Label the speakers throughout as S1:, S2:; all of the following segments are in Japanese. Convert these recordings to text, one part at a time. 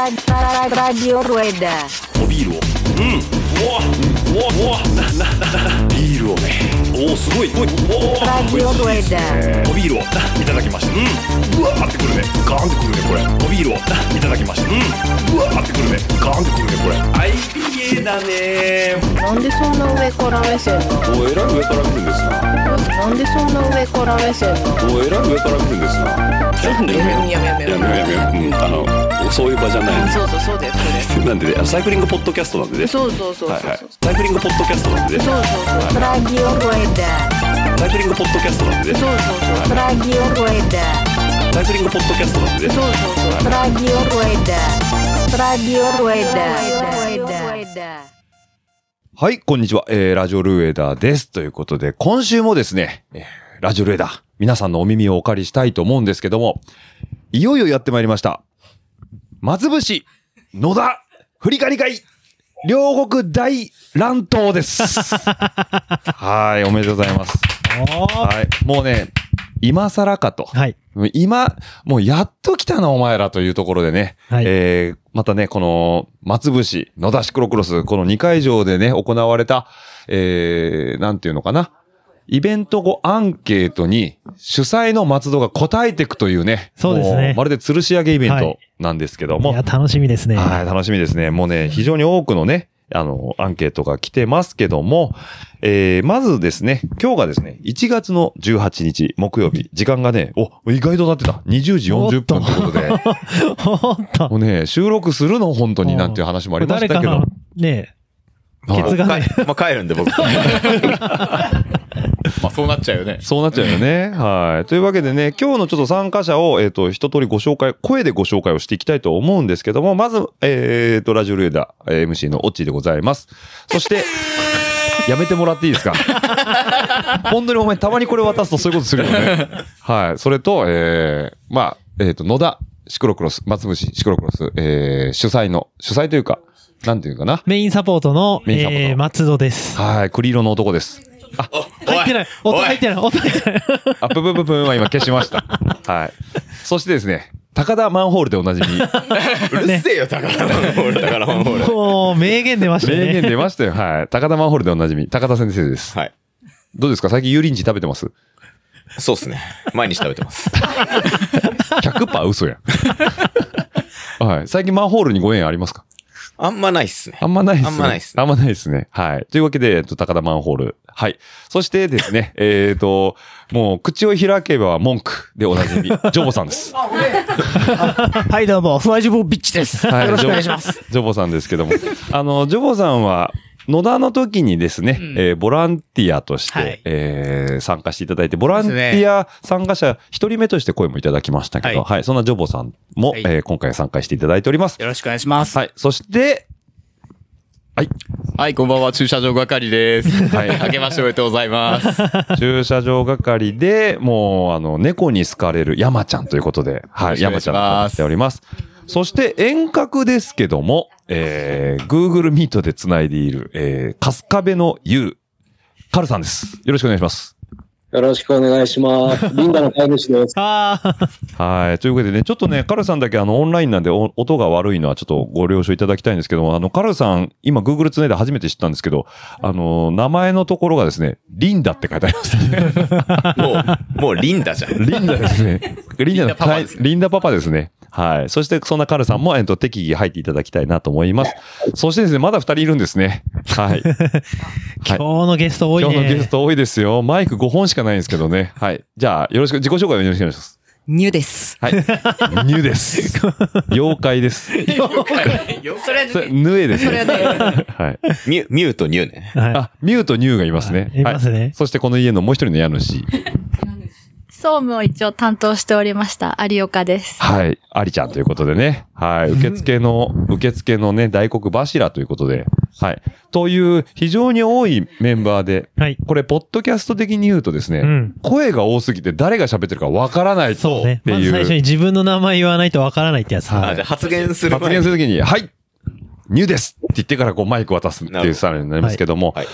S1: Radio Rueda.
S2: おビールをうんうわうわうわななななビールをねおおすごいおいおー
S1: Radio Rueda.
S2: おビールをないただきましたうんうわーってくるねガーンってくるねこれおビールをないただきましたうんうわーってくるねガーンってくるねこれ IPA だね
S3: なんでそんな上から目線なの
S2: おえらい上から来るんですな
S3: なんでそんな上から目線なの
S2: おえらい上から来るんですなちょっとねやめ
S3: やめやめ
S2: やめやめうんあのそういう場じゃない
S3: そうそうそうだよそ
S2: なんでねあのサイクリングポッドキャストなんでね
S3: れそうそうそうそう
S2: はい
S3: そう
S2: はいサイクリングポッドキャストなんでね
S3: そうそうそう
S1: Radio Rueda.
S2: サイクリングポッドキャストなんでね
S3: そうそうそう
S1: Radio Rueda.
S2: サイクリングポッドキャストなんでね
S3: そうそうそう
S1: Radio Rueda. Radio Rueda. Radio Rueda.
S4: はい、こんにちは。えー、ラジオルエダーです。ということで、今週もですね、えーラジオルエダー、皆さんのお耳をお借りしたいと思うんですけども、いよいよやってまいりました。松節、野田、振り返り会、両国大乱闘です。 はい、おめでとうございます。はい、もうね、今更かと。
S5: はい。
S4: 今、もうやっと来たな、お前らというところでね。
S5: はい
S4: えー、またね、この、松節、野田シクロクロス、この2会場でね、行われた、えー、なんていうのかな。イベント後アンケートに、主催の松戸が答えていくというね。
S5: そうですね
S4: もまるで吊るし上げイベン
S5: は
S4: ト
S5: い
S4: なんですけど
S5: い
S4: も。
S5: や、楽しみですね。
S4: はい、楽しみですね。もうね、非常に多くのね、あの、アンケートが来てますけども、えー、まずですね、今日がですね、1月の18日、木曜日、時間がね、お、意外となってた。20時40分ということ で、
S5: ほんと。
S4: もうね、収録するの本当になんていう話もありまし
S5: 誰
S4: た
S5: か
S4: けど
S5: の、、ね
S4: はい
S5: ケツがね、
S6: まあ、帰るんで僕まあそうなっちゃうよね
S4: そうなっちゃうよね。はい。というわけでね、今日のちょっと参加者を、えっ、と、一通りご紹介、声でご紹介をしていきたいと思うんですけども、まず、えっ、と、ラジオレーダー、えー MC のオッチーでございます。そして、 やめてもらっていいですか 本当にお前、たまにこれ渡すとそういうことするよね。はい。それと、えー、まあ、えっ、と、野田、シクロクロス、松節、シクロクロス、えー、主催の、主催というか、なんていうかな。
S5: メインサポートの、
S4: メインサポート
S5: えー松戸です。
S4: はい。栗色の男です。
S5: 入ってない
S6: おい
S5: 音入ってない音入ってない
S4: あ、ぷぷぷぷんは今消しま した。はい。そしてですね、高田マンホールでおな じみ、
S6: うるせえよ宝物ホール宝物ホール
S5: もう、名言出ました
S4: 名言
S5: ね。
S4: 出ましたよ。はい。高田マンホールでおなじみ、高田先生です。
S6: はい
S4: どうですか最近油淋鶏食べてます
S6: そうっすね毎日食べてます
S4: ?100% 嘘やん。はい。最近マンホールにご縁ありますか
S6: あんまないっすね
S4: あんまないですね。
S6: あんまないっすね
S4: あんまないですね。はい。というわけで、えっと、高田マンホール。はい。そしてですね、えっと、もう、口を開けば文句でおなじみ、ジョボさんです。
S7: はい、どうも、フワジボビッチです。よろしくお願いします。
S4: ジョボ。ジョボさんですけども。あの、ジョボさんは、野田の時にですね、
S7: うん
S4: えーボランティアとして、
S7: はい
S4: えー参加していただいて、ボランティア参加者一人目として声もいただきましたけど、
S7: は
S4: はいい、そんなジョボさんも、
S7: はい
S4: えー今回参加していただいております。
S7: よろしくお願いします。
S4: はい、そして、
S8: はい、こんばんは、駐車場係です。
S4: はい
S8: 明けましておめでとうございます。
S4: 駐車場係で、もう、あの、猫に好かれる山ちゃんということで、
S8: よろ
S4: はい、
S8: しくお願
S4: 山
S8: い
S4: ち
S8: します
S4: ゃんと話しております。そして、遠隔ですけども、えー、Google Meet で繋いでいる、えー、カスカベのユウ、カルさんです。よろしくお願いします。
S9: よろしくお願いし ます。リンダの飼い主です。
S5: ああ、
S4: はい。ということでね、ちょっとね、カルさんだけあの、オンラインなんでお音が悪いのはちょっとご了承いただきたいんですけども、あの、カルさん、今 Google 繋いで初めて知ったんですけど、あの、名前のところがですね、リンダって書いてありますね。
S6: もうもうリンダじゃん
S4: リンダですね。リンダ
S8: リ
S4: の
S8: ンダパパです
S4: リンダパパですね。はい。そして、そんなカルさんも、えっと、適宜入っていただきたいなと思います。そしてですね、まだ二人いるんですね。はい。はい
S5: 今日のゲスト多い
S4: 今
S5: ね。
S4: 日のゲスト多いですよ。マイク5本しかないんですけどね。はい。じゃあ、よろしく、自己紹介をよろしくお願いします。
S1: ニューです。
S4: はい。ニュです。妖怪です。
S7: それ
S4: それ、ヌエです。はい。
S6: ミュミューとニューね
S5: はい。
S4: あ、ミューとニューがいますね。
S5: はいいますね
S4: そしてこの家のもう一人の家主。
S10: 総務を一応担当しておりました、有岡です。
S4: はい。ありちゃんということでね。はい。受付の、受付のね、大黒柱ということで。はい。という、非常に多いメンバーで、
S5: はい。
S4: これ、ポッドキャスト的に言うとですね、
S5: うん
S4: 声が多すぎて誰が喋ってるかわからない
S5: そう
S4: っ
S5: ね。
S4: て
S5: まず最初に
S4: いう。
S5: 自分の名前言わないとわからないってやつ。
S6: あじゃあ発言する
S4: 発
S6: 前
S4: 言
S6: に
S4: するときに、はいニューですって言ってからこうマイク渡すって
S6: なる
S4: い
S6: ほ
S4: う
S6: ど
S4: スタイルになりますけども。
S6: はい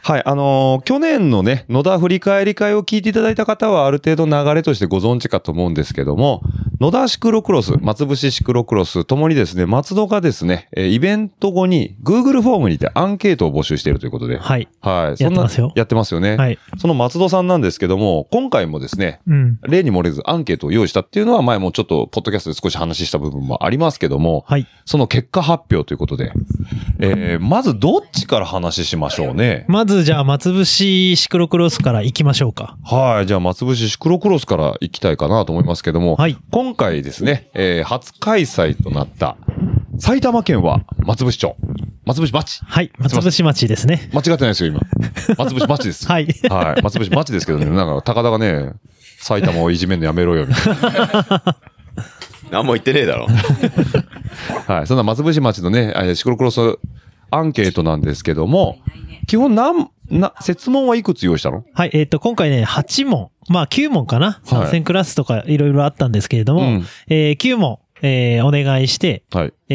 S4: はい、あのー去年のね、野田振り返り会を聞いていただいた方はある程度流れとしてご存知かと思うんですけども、野田シクロクロス、松伏シクロクロスともにですね、松戸がですね、えーイベント後に Google フォームにてアンケートを募集しているということで。
S5: はい。
S4: はい。そ
S5: やって
S4: んな
S5: ますよ
S4: やってますよね。
S5: はい。
S4: その松戸さんなんですけども、今回もですね、
S5: うん。
S4: 例に漏れずアンケートを用意したっていうのは前もちょっとポッドキャストで少し話した部分もありますけども、
S5: はい。
S4: その結果発表ということで、えー、まずどっちから話しましょうね。
S5: まずじゃあ、松伏シクロクロスから行きましょうか。
S4: はい。じゃあ、松伏シクロクロスから行きたいかなと思いますけども、
S5: はい
S4: 今回ですね、えー、初開催となった、埼玉県は松伏町。松伏町。
S5: はい。
S4: すい
S5: 松
S4: ま
S5: 伏町ですね。
S4: 間違ってないですよ、今。松伏町です。
S5: はい。
S4: はい。松伏町ですけどね、なんか、高田がね、埼玉をいじめんのやめろよ、みたいな。
S6: 何も言ってねえだろ。
S4: はい。そんな松伏町のね、えーシクロクロスアンケートなんですけども、基本なん、な、説問はいくつ用意したの
S5: はい、えっ、と、今回ね、8問、まあ9問かな、参戦クラスとかいろいろあったんですけれども、
S4: うん
S5: えー9問、えーお願いして、
S4: はい。
S5: え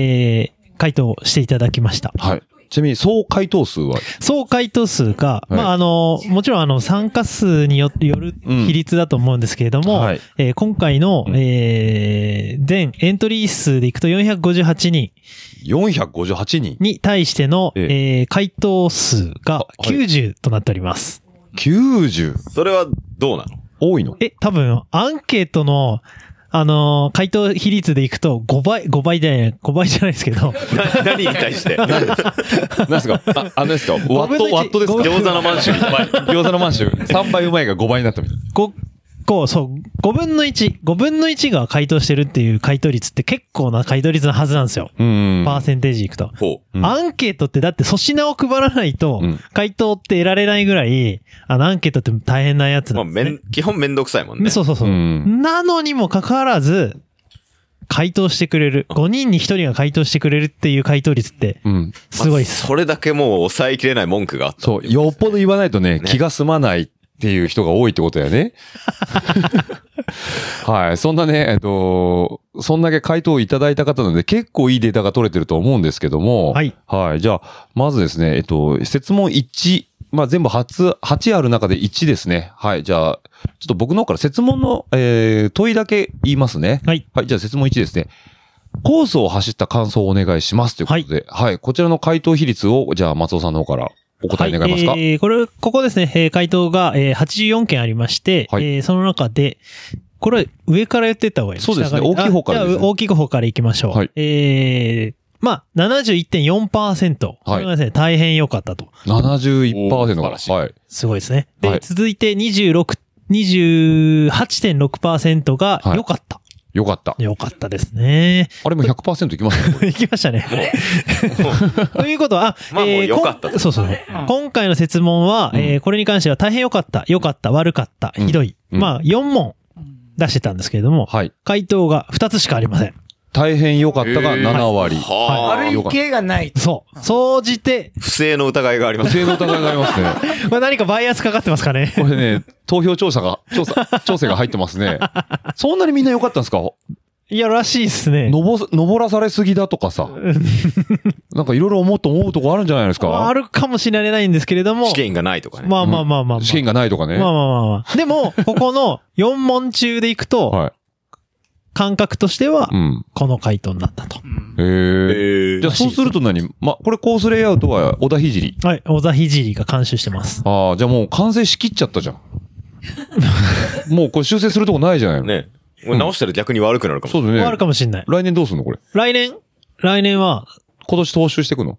S5: ー回答していただきました。
S4: はい。ちなみに、総回答数は
S5: 総回答数が、
S4: はい
S5: まあ、あの、もちろん、あの、参加数によよる
S4: うん
S5: 比率だと思うんですけれども、
S4: はい
S5: えー今回の、
S4: うん
S5: えー全エントリー数でいくと458人
S4: 458人。
S5: に対しての、
S4: え
S5: えー回答数が90となっております。
S4: 90。
S6: それはどうなの
S4: 多いの
S5: え、多分、アンケートの、あのー回答比率でいくと5倍、5倍じゃない、5倍じゃないですけど、
S6: な 何に対して
S4: 何ですかあ、あれですかワ
S5: 5
S4: ッ
S5: 分の
S4: ト、
S5: 1
S4: ワットですか
S5: ごめん
S6: 餃子の満州いっぱい。
S4: 餃子の満州。3倍うまいが5倍になったみたいな。
S5: 5個、そう、5分の1、5分の1が回答してるっていう回答率って結構な回答率のはずなんですよ。
S4: うん
S5: パーセンテージいくと。
S6: ほう。
S4: うん
S5: アンケートってだって粗品を配らないと
S4: うん、
S5: 回答って得られないぐらい、あの、アンケートって大変なやつ
S6: ま
S5: な
S6: あ、
S5: ん
S6: め
S5: です、ね
S6: ん、基本めんどくさいもんね。
S5: そうそうそうう。
S4: ん。
S5: なのにもかかわらず、回答してくれる。5人に1人が回答してくれるっていう回答率って、
S4: うん。
S5: すごいっ
S6: まあ
S5: す。
S6: それだけもう抑えきれない文句があった。
S4: そう、よっぽど言わないとね、
S6: ね
S4: 気が済まないっていう人が多いってことや ね。はい。そんなね、えっと、そんだけ回答をいただいた方なので、結構いいデータが取れてると思うんですけども。
S5: はい。
S4: はい。じゃあ、まずですね、えっと、説問1。まあ、全部8、8ある中で1ですね。はい。じゃあ、ちょっと僕の方から説問の、えー、問いだけ言いますね。
S5: はい。
S4: はい。じゃあ、説問1ですね。コースを走った感想をお願いしますということで、はい。こちらの回答比率を、じゃあ、松尾さんの方からお答え願いますか。
S5: はい、えーこれ、ここですね、えー回答が、えー、84件ありまして、
S4: はい
S5: えーその中で、これ、上から言ってった方がいい
S4: そうですね
S5: 下がり
S4: 大きい方から
S5: あ
S4: ですね
S5: じゃあ、大きい方からいきましょう。
S4: はい
S5: えーまあ、71.4%。はい。これがですね、大変良かったと。
S6: おー素
S4: 71%
S6: 晴
S4: から
S6: しい
S4: ら。はい。
S5: すごいですね。で、
S4: はい
S5: 続いて26、28.6%が
S4: はい
S5: 良かった。
S4: よかった。
S5: 良かったですね。
S4: あれも100%いき ますね。
S5: 行きましたね。ということは、
S6: まあもう良かった
S5: こんそうそう。今回の説問は、えーこれに関しては大変良かった、良かった、悪かった、
S4: うん
S5: ひどい。
S4: うん
S5: まあ、4問出してたんですけれども、
S4: はい。
S5: 回答が2つしかありません。
S4: 大変良かったが
S6: えー
S4: 7割。
S6: はあ、
S7: 悪い系がない。
S5: そう。総じて、
S6: 不正の疑いがありま
S4: 不
S6: す。
S4: 正の疑いがありますね。
S5: まあ、何かバイアスかかってますかね。
S4: これね、投票調査が、調査、調整が入ってます ね。そんなにみんな良かったんですか
S5: いや、らしいです ね。
S4: 登す、登らされすぎだとかさ。なんかいろいろ思うと思うとこあるんじゃないですか
S5: あるかもしれないんですけれども
S6: 試、験がないとかね。
S5: まあまあまあまあまあ。
S4: 試験がないとかね。
S5: まあまあまあまあ。でも、ここの4問中でいくと、
S4: はい。
S5: 感覚としては
S4: う、ん。
S5: この回答になったと。
S4: へ
S6: え
S4: え。
S6: ー
S4: じゃあそうすると何ま、これコースレイアウトは小田ひじり。
S5: はい、小田ひじりが監修してます。
S4: ああ、じゃあもう完成しきっちゃった じゃん。もうこれ修正するとこないじゃないの。
S6: ね。もう直したら逆に悪くなるかも。
S4: そうだ
S5: あ
S4: よ
S5: る
S4: ね。
S5: かもしんない。
S4: 来年どうすんのこれ。
S5: 来年来年は、
S4: 今年踏襲していくの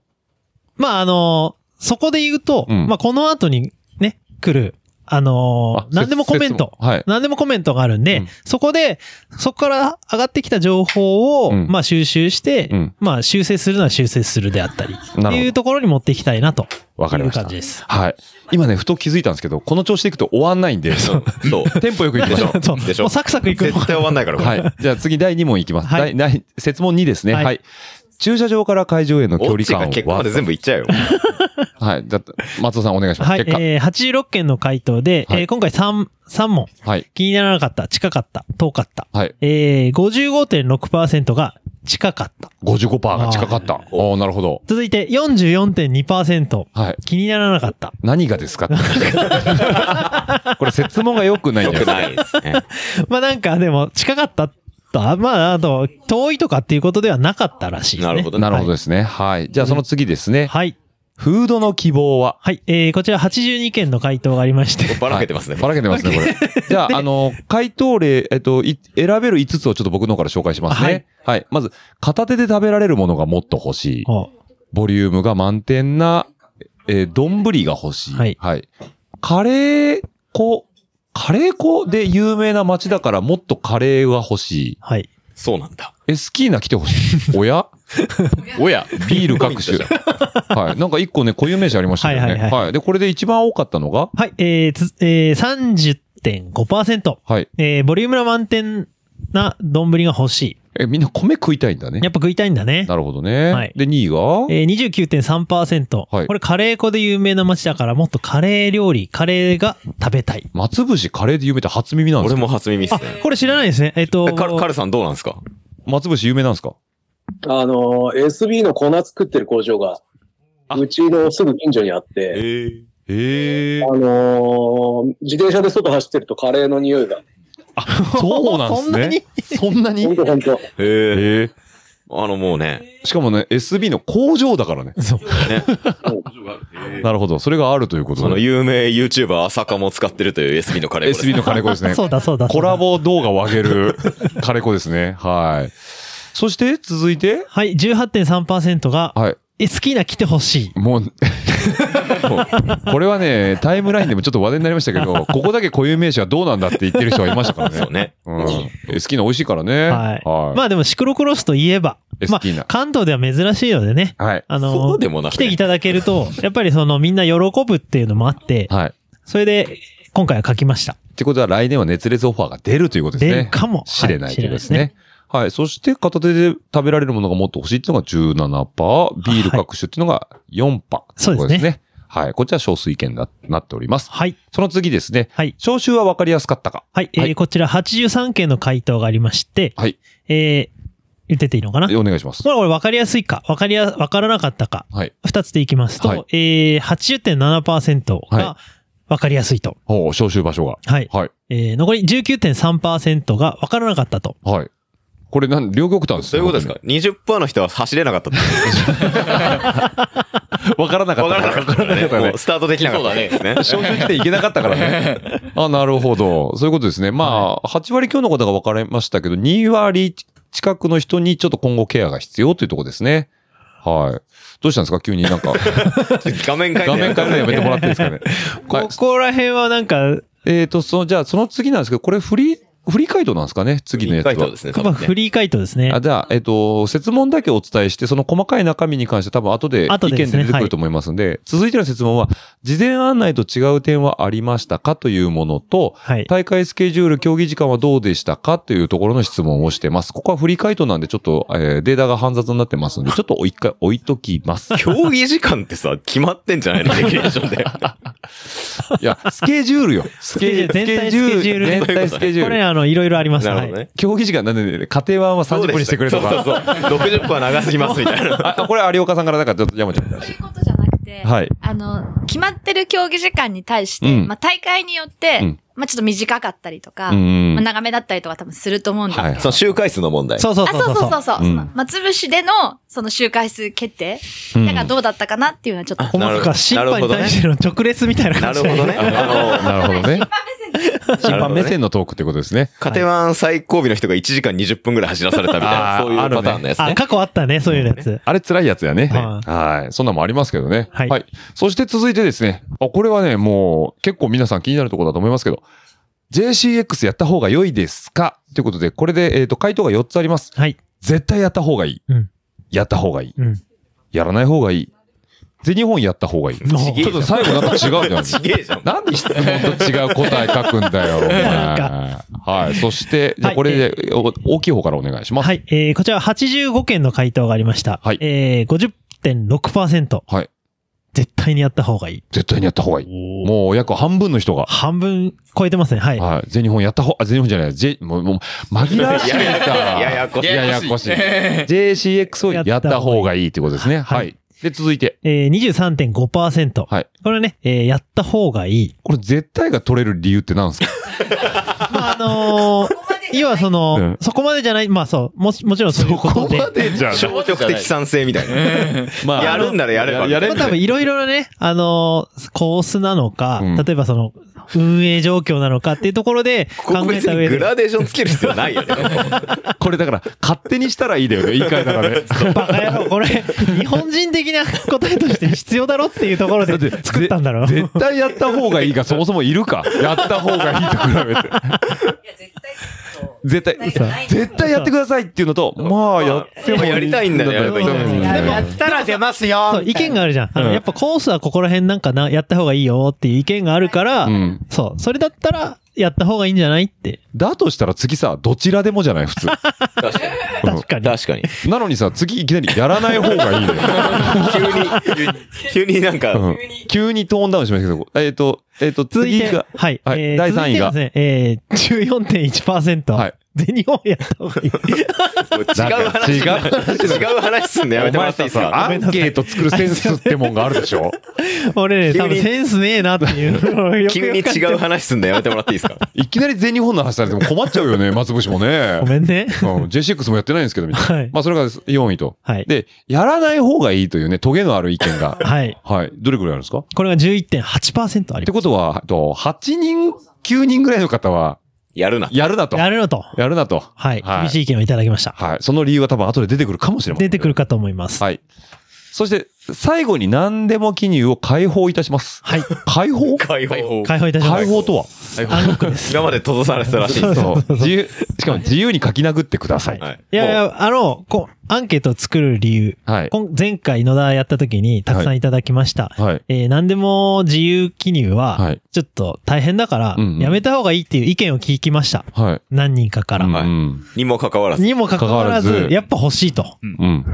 S5: まあ、あのーそこで言うと、
S4: うん
S5: まあ、この後にね、来る、あのー何でもコメント
S4: 説。はい。
S5: 何でもコメントがあるんで、
S4: うん
S5: そこで、そこから上がってきた情報を、
S4: うん
S5: まあ、収集して、
S4: うん
S5: まあ、修正するのは修正するであったり、って
S4: ど
S5: いうところに持っていきたいなと。
S4: わかりました
S5: いう感じです。
S4: はい。今ね、ふと気づいたんですけど、この調子でいくと終わんないんで、
S6: うんそう。
S4: テンポよくいきましょう。
S5: そう
S6: でしょ
S5: もうサクサクいくの
S6: 絶対終わんないから、こ れ
S4: はい。じゃあ次第2問いきます。
S5: は
S4: 第
S5: い
S4: 第説問2ですね。は。
S5: はいい
S4: 駐車場から会場への距
S6: オ
S4: 離
S6: ッチが
S4: 感
S6: 結果まで
S4: は、
S6: 全部いっちゃうよ。
S4: はい。だって松尾さんお願いします。
S5: はい、
S4: 結果。
S5: えー、86件の回答で、
S4: はい
S5: えー今回3、3問。
S4: はい。
S5: 気にならなかった、近かった、遠かった。
S4: はい。
S5: えー、55.6%が近かった。
S4: 55%が近かった。おおーなるほど。
S5: 続いて44.2%。
S4: はい。
S5: 気にならなかった。
S4: 何がですか これ説問が良くないん
S6: よ
S4: だよ
S6: くないですね。
S5: まあなんかでも近かったっと、あまあ、あと、遠いとかっていうことではなかったらしいですね。
S6: なるほどね
S4: なるほどですね。はい。じゃあその次ですね。
S5: はい。
S4: フードの希望は
S5: はい。えー、こちら82件の回答がありまして。
S6: ばらけてますね。
S4: ばらけてますね、これ。じゃあ、あの、回答例、えっと、い選べる5つをちょっと僕の方から紹介しますね。はい。まず、片手で食べられるものがもっと欲しい。
S5: お
S4: ボリュームが満点な、えー、丼が欲しい。
S5: はい
S4: カレー粉、カレー粉で有名な町だからもっとカレーが欲しい。
S5: はい。
S6: そうなんだ。
S4: え、スキーナ来てほしい。お や
S6: おや、
S4: ビール各種。はい。なんか一個ね、固有名詞ありましたよね。
S5: はいはいはい
S4: で、これで一番多かったのが、
S5: はい。えー、つ、えー、30.5%。
S4: はい。
S5: えー、ボリュームの満点な丼が欲し
S4: え、みんな米食いたいんだね
S5: い。や。っぱ食いたいんだね。
S4: なるほどね。
S5: はい
S4: で、2位が、
S5: えー、29.3%。
S4: はい
S5: これカレー粉で有名な街だから、もっとカレー料理、カレーが食べたい。
S4: 松節カレーで有名って初耳なんですか
S6: 俺も初耳っす
S5: あ
S6: ね。、
S5: これ知らないですね。えっ、と
S6: え、カルカルさんどうなんですか
S4: 松節有名なんですか
S9: あの、SB の粉作ってる工場が、
S4: あ
S9: うちのすぐ近所にあって、
S6: ええ。
S4: ええ
S9: あのー自転車で外走ってるとカレーの匂いが。
S4: そうなんですね。そんなに
S9: ほんとほんと。
S6: ええ。
S4: ええ
S6: あのもうね、
S4: しかもね、SB の工場だからね。
S5: そう。
S4: なるほど。それがあるということ
S6: その
S4: で。
S6: 有名 YouTuber 朝香も使ってるという SB のカレー粉です
S4: SB のカレー粉ですね。
S5: そうだそうだそうだ。
S4: コラボ動画を上げ るカレー粉ですね。はい。そして、続いて、
S5: はい、18.3%が、
S4: はい。
S5: え、好きな来てほしい。
S4: もう、 もうこれはね、タイムラインでもちょっと話題になりましたけど、ここだけ固有名詞はどうなんだって言ってる人がいましたからね。
S6: そうね。
S4: うん。え好きな美味しいからね。
S5: はい
S4: はい。
S5: まあでもシクロクロスといえば
S4: え、
S5: ま
S4: 好きな
S5: あ関東では珍しいのでね、
S4: はい。
S5: あのー
S6: そうでもなく
S5: 来
S6: て
S5: ていただけ ると、やっぱりそのみんな喜ぶっていうのもあって、
S4: はい。
S5: それで今回は書きました。
S4: ってことは来年は熱烈オファーが出るということですね。
S5: 出るかも
S4: しれな
S5: はいい
S4: ということですね。はい。そして、片手で食べられるものがもっと欲しいっていうのが17%、ビール各種っていうのが4%ということです
S5: そうです
S4: ね。はい。こちら少数意見にななっております。
S5: はい。
S4: その次ですね。
S5: はい。
S4: 招集は分かりやすかったか。
S5: はい。えー
S4: はい
S5: こちら83件の回答がありまして、
S4: はい。
S5: えー、言ってていいのかなこれ
S4: お願いします。
S5: これ分かりやすいか、分かりや、分からなかったか、
S4: はい。
S5: 二つでいきますと、
S4: はい
S5: えー、80.7%
S4: は
S5: が分かりやすいと。
S4: おう招集場所が。
S5: はい。
S4: はい。
S5: えー、残り19.3%が分からなかったと。
S4: はい。これなん、両極端です
S6: そう
S4: ね
S6: いうことですか ?20% の人は走れなかったってこと
S4: 本当にわからなか
S6: わ
S4: った。
S6: からなかったからね。
S4: わからなかったね
S6: もうスタートできなかったね。
S4: 消費地点行けなかったからね。あ、なるほど。そういうことですね。まあ、8割強の方が分かれましたけど、2割近くの人にちょっと今後ケアが必要というところですね。はい。どうしたんですか急になん か、
S6: 画面変えて
S4: 画面からやめてもらっていいですかね。はい
S5: こ。こら辺はなんか、
S4: えっ、と、その、じゃあ、その次なんですけど、これフリー、フリー回答なんですかね次のやつ
S6: 回答
S4: は
S6: で。すね。多
S5: まあ、
S6: 分ね
S5: フリー回答ですね。
S4: あじゃあ、えっ、と、説問だけお伝えして、その細かい中身に関して多分後で意
S5: 後
S4: 見
S5: で
S4: で
S5: ですね
S4: 出てくると思いますんで、続いての説問は、事前案内と違う点はありましたかというものと、
S5: はい。
S4: 大会スケジュール、競技時間はどうでしたかというところの質問をしてます。ここはフリー回答なんで、ちょっと、えーデータが煩雑になってますんで、ちょっと一回置いときます。い
S6: 競技時間ってさ、決まってんじゃないのレギュレーションで。
S4: や、スケジュールよ。ス
S5: ケジュール全体スケジュール
S4: 全体スケジュー
S5: これ
S4: ル。
S5: あの、いろいろあります。
S6: なる
S5: は
S6: ほど
S5: い。
S6: ね。
S4: 競技時間なんでね、家庭はまあ30分にして くれと
S6: そ
S4: か。
S6: うそうそう。60分は長すぎますみたいな。
S4: あ、これ有岡さんからなんかちょっと山ちゃん
S10: そういうことじゃなくて、
S4: はい。
S10: あの、決まってる競技時間に対して、
S4: うん
S10: まあ大会によって、
S4: うん
S10: まあちょっと短かったりとか、
S4: うん
S10: まあ長めだったりとか多分すると思うんだけど、
S4: はい
S6: その周回数の問題。
S5: そうそう
S10: あ、
S5: そう
S10: そ
S5: そうう
S10: そ
S5: そう
S10: そうそう。
S4: うん
S10: その松節での、その周回数決定。
S4: うん
S10: だからどうだったかなっていうのはちょっと。
S5: 細かく審判に対しての直列みたいな
S6: な
S5: 感じ
S6: るほ
S5: で。
S6: ど ね。あ
S4: なるほどね。
S6: の、
S4: 審判目線のトークってことですね。
S6: カテワン最後尾の人が1時間20分ぐらい走らされたみたいな、
S4: あー
S6: そういうパターンのやつ
S5: あ、
S6: ね。
S5: 過去あったね、そういうやつ。
S4: あれ辛いやつやね。
S5: は
S4: はい。そんなんもありますけどね。は。
S5: はいい
S4: そして続いてですね。あ、これはね、もう結構皆さん気になるところだと思いますけど、JCX やった方が良いですかということで、これで、えっ、と、回答が4つあります。
S5: はい。
S4: 絶対やった方がいい。
S5: うん
S4: やった方がいい。
S5: うん。
S4: やらない方がいい。全日本やった方がいい。ち
S5: もう
S4: ょっと最後なんか違うじゃん。
S6: ちげえじゃん。
S4: なんで質問と違う答え書くんだよ、お前
S5: なん
S4: はい。そして、じゃあ
S5: はい
S4: これで、お大きい方からお願いします。
S5: はい。えー、こちら85件の回答がありました。
S4: はい
S5: えー、50.6%。
S4: はい。
S5: 絶対にやった方がいい。
S4: 絶対にやった方がいい。
S5: お
S4: もう約半分の人が。
S5: 半分超えてますね。はい。
S4: はい。全日本やった方、あ、全日本じゃない。J、もう、もう、紛らわしいか。
S6: ややこしい
S4: ややこしい。JCX をやった方がいいってことですね。
S5: はい
S4: はい。で、続いて。
S5: えー、23.5%。
S4: はい。
S5: これね、えー、やった方がいい。
S4: これ絶対が取れる理由って何ですか
S5: まあ、あのー、要は その、
S4: うん
S5: そこまでじゃない、まあそう、もしもちろんそういうことで。
S4: でじゃん
S6: 消極的賛成みたいな。
S4: ま
S6: やるんならやれば。
S4: やれ
S5: まあ多分いろいろなね、あのーコースなのか、
S4: うん
S5: 例えばその、運営状況なのかっていうところで
S6: ここ
S5: 考え
S6: 別
S5: た
S6: に
S5: 上
S6: グ
S5: で、
S6: ラデーションつける必要ないよ ね。
S4: これだから、勝手にしたらいいだよね、言い換えたらね。
S5: バカ野郎、これ、日本人的な答えとして必要だろっていうところで作ったんだろう。
S4: ぜ絶対やった方がいいが、そもそもいるか。やった方がいいと比べて。絶対、絶対やってくださいっていうのと、まあ、やっても
S6: まあやりたいんならやればいいんだよね
S4: でも
S7: やったら出ますよ
S5: そう、意見があるじゃん。あの、
S4: うん
S5: やっぱコースはここら辺なんかな、やった方がいいよっていう意見があるから、
S4: うん
S5: そう、それだったら、やった方がいいんじゃないって。
S4: だとしたら次さ、どちらでもじゃない、普通。
S6: 確か
S4: うん
S5: 確かに。
S6: 確かに。
S4: なのにさ、次いきなりやらない方がい いのよ。
S6: 急になん
S4: う
S6: か、
S4: ん急にトーンダウンしましたけど、えっと、えっと、
S5: 続い
S4: 次
S5: て、
S4: が、
S5: はい。
S4: はい
S5: えー
S4: 第三位が
S5: 続いてはですね、えー、14.1%。
S4: はい
S5: 全日本やった方が いい。
S6: もう違う話。
S4: 違う話
S6: 違う話すんでやめてもらっていいです
S4: お前さ
S6: か
S4: アンケート作るセンスってもんがあるで しょ
S5: 俺ね、
S6: 急
S5: 多
S6: に
S5: 分センスねえなっていうのをよく
S6: 急に
S5: よく考え
S6: 違う話すんでやめてもらっていいですか
S4: いきなり全日本の話されても困っちゃうよね、松節もね
S5: ご。めんね。
S4: うん、J6 もやってないんですけど、みたいな。
S5: はい
S4: まあ、それが4位と。
S5: はい。
S4: で、やらない方がいいというね、トゲのある意見 が。
S5: はい。
S4: はい。どれくらいあるんですかっ
S5: これが11.8%あり
S4: て
S5: ま
S4: ことは、えっと8人、9人ぐらいの方は、
S6: やるな。
S4: やるなと。
S5: す。やるのと。
S4: やるなと。
S5: はい。
S4: はい
S5: 厳しい意見をいただきました。
S4: はい。その理由は多分後で出てくるかもしれません。
S5: 出てくる。かと思います。
S4: はい。そして、最後に何でも記入を解放いたします。
S5: はい。
S4: 解放
S6: 解放。
S5: 解放いたします。
S4: 解放とは
S5: アンロックです。
S6: 今まで閉ざされてたらしいです。
S4: そう。自由、しかも自由に書き殴ってください。
S5: は
S6: はい
S5: いやいや、あの、こう、アンケートを作る理由。
S4: はい。
S5: 今前回野田やった時にたくさんいただきました。
S4: はい。
S5: えー、何でも自由記入
S4: は、
S5: はいちょっと大変だから
S4: うんうん、
S5: やめた方がいいっていう意見を聞きました。
S4: はい。
S5: 何人かから。
S4: うん。
S6: にもかかわらず、
S5: にもかかわ
S4: か
S5: ら
S4: かわ
S5: ず
S4: ら、ず
S5: やっぱ欲しいと。
S4: うん。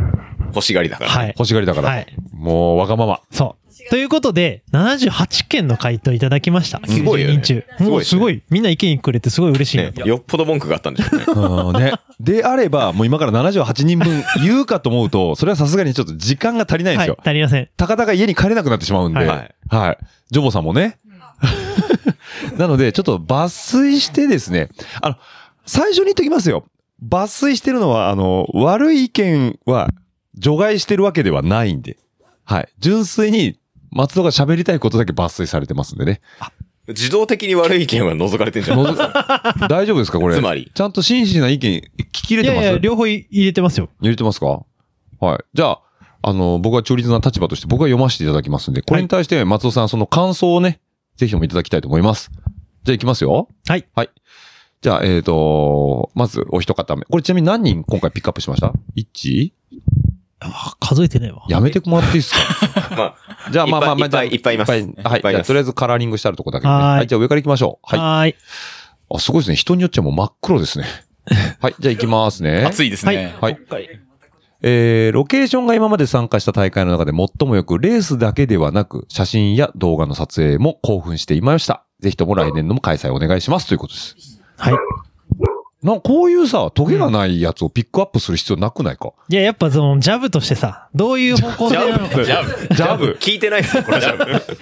S6: 欲しがりだから。
S5: はい。
S4: 欲しがりだから。
S5: はい。
S4: もう、わがまま。
S5: そう。ということで、78件の回答いただきました。
S6: すごいよね
S5: 90人中。
S6: すごいですね
S5: もうすごい。みんな意見くれてすごい嬉しいな
S6: ね
S5: と。
S6: よっぽど文句があったんで しょうね。
S4: うんね。であれば、もう今から78人分言うかと思うと、それはさすがにちょっと時間が足りないんで
S5: は
S4: す
S5: い
S4: よ。。
S5: 足りません。
S4: たかたか家に帰れなくなってしまうんで。
S5: はい
S6: はい
S4: はい。ジョボさんもね。 なので、ちょっと抜粋してですね。あの、最初に言っときますよ。抜粋してるのは、あの、悪い意見は除外してるわけではないんで。はい。純粋に、松戸が喋りたいことだけ抜粋されてますんで ね。
S6: 自動的に悪い意見は除かれてんじゃん。
S4: のぞ大丈夫ですかこれ。
S6: つまり
S4: ちゃんと真摯な意見、聞き入れ
S5: い
S4: てま
S5: や
S4: す
S5: いや、両方い入れてますよ。
S4: 入れてますかはい。じゃあ、あの、僕は中立な立場として僕は読ませていただきますんで、これに対して松尾さん、その感想をね、ぜひともいただきたいと思います。じゃあ行きますよ。
S5: はい。
S4: はい。じゃあ、えっ、と、まずお一方目。これちなみに何人今回ピックアップしました ?1?
S5: あ数えてねえわ。
S4: やめてもらっていいです か
S6: まあ、
S4: じゃあ、まあまあまあ、
S6: いっぱい
S4: じゃあ
S6: いっぱいいます
S4: っぱいはい
S6: っ
S4: い。
S6: ぱい
S4: じ
S6: います
S4: ゃあ、とりあえずカラーリングしてあるとこだけでね。
S5: はーい
S4: はい。じゃあ上から行きましょう。はい。
S5: はーい。
S4: あ、すごいですね。人によっちゃもう真っ黒です ね。はい。じゃあ行きますね。
S8: 熱いですね。
S4: はい。えー、ロケーションが今まで参加した大会の中で最もよく、レースだけではなく、写真や動画の撮影も興奮していました。ぜひとも来年度も開催お願いしますということです。
S5: はい。
S4: な、こういうさ、トゲがないやつをピックアップする必要なくない か、
S5: いや、やっぱその、ジャブとしてさ、どういう方向性なの か。
S6: ジャブ。ジャブ。聞いてないですよ、これジャブ。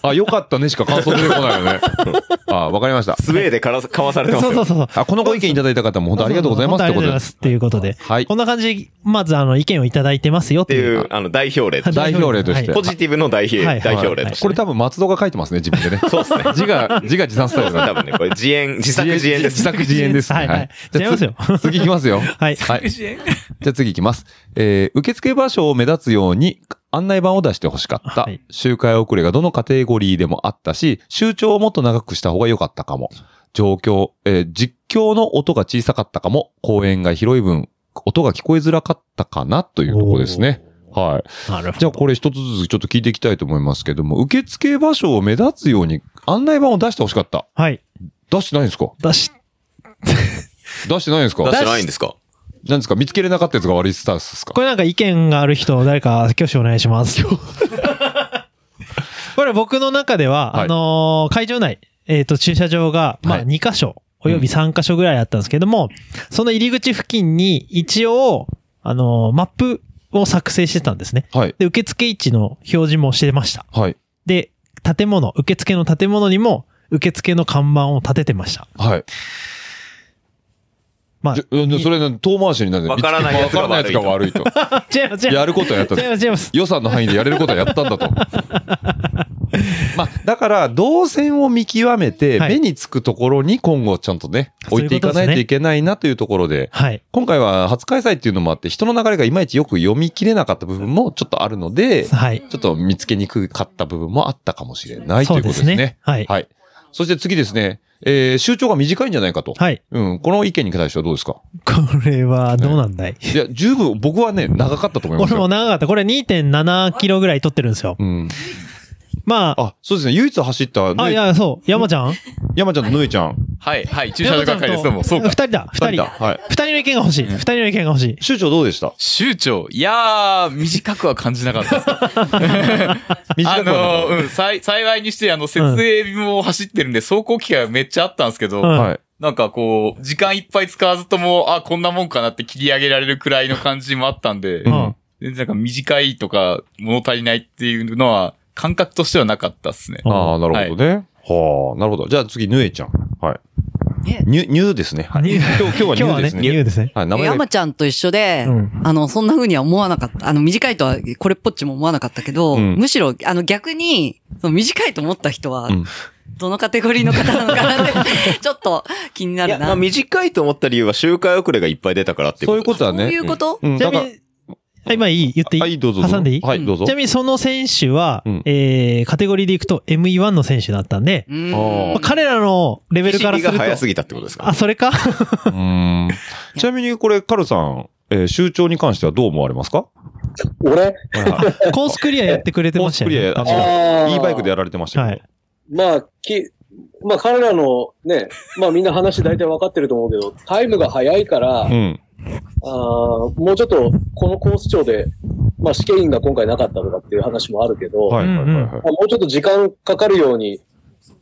S4: あ、よかったねしか感想出てこないよ ね。あ、わかりました。
S6: スウェーでからかわされてます
S5: そ
S6: よ。
S5: うそうそうそう。
S4: あ、このご意見いただいた方も本当ありがとうございますっ
S5: 本当あ
S4: てこ
S5: りが
S4: と
S5: とうございま
S4: です。
S5: す。っていうことで。
S4: はい
S5: こんな感じ、まずあの、意見をいただいてますよっ
S6: って
S5: てい。
S6: いうう、あの、代表例として。
S4: 代表例として
S5: は
S6: ポジティブの代
S5: はい
S6: 表代表例として。
S4: これ多分松戸が書いてますね、自分でね。
S6: そうですね。
S4: 字が、字が自賛スタイルだ
S6: 多分ね、これ自演、自作自演です。
S4: 自作自演ですね。
S5: はいはい
S4: じゃあ
S5: 違いますよ
S4: 次いきますよ。
S5: はい
S4: はい。じゃあ次いきます。えー、受付場所を目立つように案内板を出してほしかった。
S5: はい
S4: 周回遅れがどのカテゴリーでもあったし、周長をもっと長くした方が良かったかも。状況、えー実況の音が小さかったかも。公園が広い分、音が聞こえづらかったかなというところですね。はい。
S5: なるほど。
S4: じゃあこれ一つずつちょっと聞いていきたいと思いますけども、受付場所を目立つように案内板を出してほしかった。
S5: はい。
S4: 出してないんですか
S5: 出し、
S4: 出してないんですか
S6: 出してないんですか
S4: なんですか見つけれなかったやつが悪いスタンスですか
S5: これなんか意見があ る人、誰か挙手お願いします。これ僕の中では、
S4: はい
S5: あのー会場内、えっ、と、駐車場が、ま
S4: は
S5: あ、
S4: い
S5: 2箇所、および3箇所ぐらいあったんですけども、その入り口付近に、一応、あのーマップを作成してたんですね。
S4: はい。
S5: で、受付位置の表示もしてました。
S4: はい。
S5: で、建物、受付の建物にも、受付の看板を立ててました。
S4: はい。
S5: まあ
S4: じ、ゃそれな、遠回しになる
S6: わからない
S4: わ
S6: 奴
S4: か
S6: が
S4: らないや
S6: 悪
S4: つ
S6: い
S4: が
S6: と
S4: 悪いと。
S5: 違います、違い
S4: や
S5: ま
S4: ることはやった
S5: す。違います、違います。
S4: 予算の範囲でやれることはやったんだと。 まあ、だから、動線を見極めて、
S5: はい
S4: 目につくところに今後ちゃんとね、
S5: そ
S4: 置
S5: うい
S4: いう
S5: こと
S4: ていかないといけないなというところで、
S5: はい。
S4: 今回は初開催っていうのもあって、人の流れがいまいちよく読み切れなかった部分もちょっとあるので、
S5: はい。
S4: ちょっと見つけにくかった部分もあったかもしれないと
S5: そ
S4: いううことで
S5: で
S4: す
S5: す
S4: ね
S5: ね。。はい。
S4: はい。そして次ですね、えー、集長が短いんじゃないかと。
S5: はい。
S4: うん、この意見に対してはどうですか
S5: これは、どうなんだい
S4: いや、十分、僕はね、長かったと思います
S5: 俺
S4: よ。
S5: も長かった。これ2.7キロぐらい取ってるんですよ。
S4: うん。
S5: まあ、
S4: あ、そうですね。唯一走った、
S5: あ、いや、そう、山ちゃん
S4: 山ちゃんとぬえちゃん。
S8: はい、はい、駐車
S5: 山
S8: 場
S5: ちゃん
S8: 係です。どうも、そう
S5: と、二
S8: か。
S5: 人だ、二
S4: 二人
S5: 人
S4: だ。。はい。
S5: 二人の意見が欲しい。二人の意見が欲しい。
S4: 州長どうでした
S8: 州長、いやー、短くは感じなかったです。
S4: 短
S8: あ
S4: くはなか
S8: の、うん、さい幸いにして、あの、設営も走ってるんで、走行機会がめっちゃあったんですけど、
S5: うん
S4: はい。
S8: なんかこう、時間いっぱい使わずとも、あ、こんなもんかなって切り上げられるくらいの感じもあったんで、
S4: うん
S5: うん
S8: 全然なんか短いとか、物足りないっていうのは、感覚としてはなかったですね。
S4: ああ、なるほどね。はあ、なるほど。じゃあ次、ぬえちゃん。はい。ニュ、ニューですね。はい。
S5: ニュー
S4: 今日、今日
S5: 今日
S4: は
S5: は
S4: ニュ
S5: ね、
S4: ーです
S5: ニ
S4: ね。
S5: ューですね。
S4: はい、名前が
S1: 山ちゃんと一緒で
S5: う、ん。
S1: あの、そんな風には思わなかった。あの、短いとは、これっぽっちも思わなかったけど、
S4: うん
S1: むしろ、あの、逆に、その短いと思った人は
S4: うん、
S1: どのカテゴリーの方なのかなって、ちょっと気にない
S6: や、
S1: る
S6: ま
S1: な
S6: あ。短いと思った理由は周回遅れがいっぱい出たからっていう
S4: そういう
S6: こ
S4: こ
S6: と。
S4: とだ
S1: そう
S4: ね
S1: い。うこと
S4: うん、
S5: ち
S4: だ
S5: なみ
S4: から
S5: に、あ今いい言っていい
S4: はい、どうぞどうぞ。
S5: 挟んでいい
S4: はい、どうぞ
S5: ちな。みにその選手は、
S4: うん
S5: えー、カテゴリーでいくと ME1 の選手だったんで、
S1: うん
S5: まあ、彼らのレベルからす
S6: 走りが早
S5: る
S6: す
S5: と、
S6: ぎたってことですか
S5: あ、それ か
S4: うーんちなみに、これ、カルさん、えー、州長に関してはどう思われますか
S9: 俺
S4: はい
S5: コースクリアやってくれてましたよね。
S4: コースクリア
S9: あ
S4: いいバイクでや
S9: る。
S4: られてました
S5: は
S4: け
S5: い
S4: ど。
S9: まあ、き、まあ彼らのね、まあみんな話大体わかってると思うけど、タイムが早いから、あ
S4: うん。
S9: ーもうちょっとこのコース長で、まあ試験員が今回なかったとかっていう話もあるけど、
S4: はい、はい、はいはい
S9: まあもうちょっと時間かかるように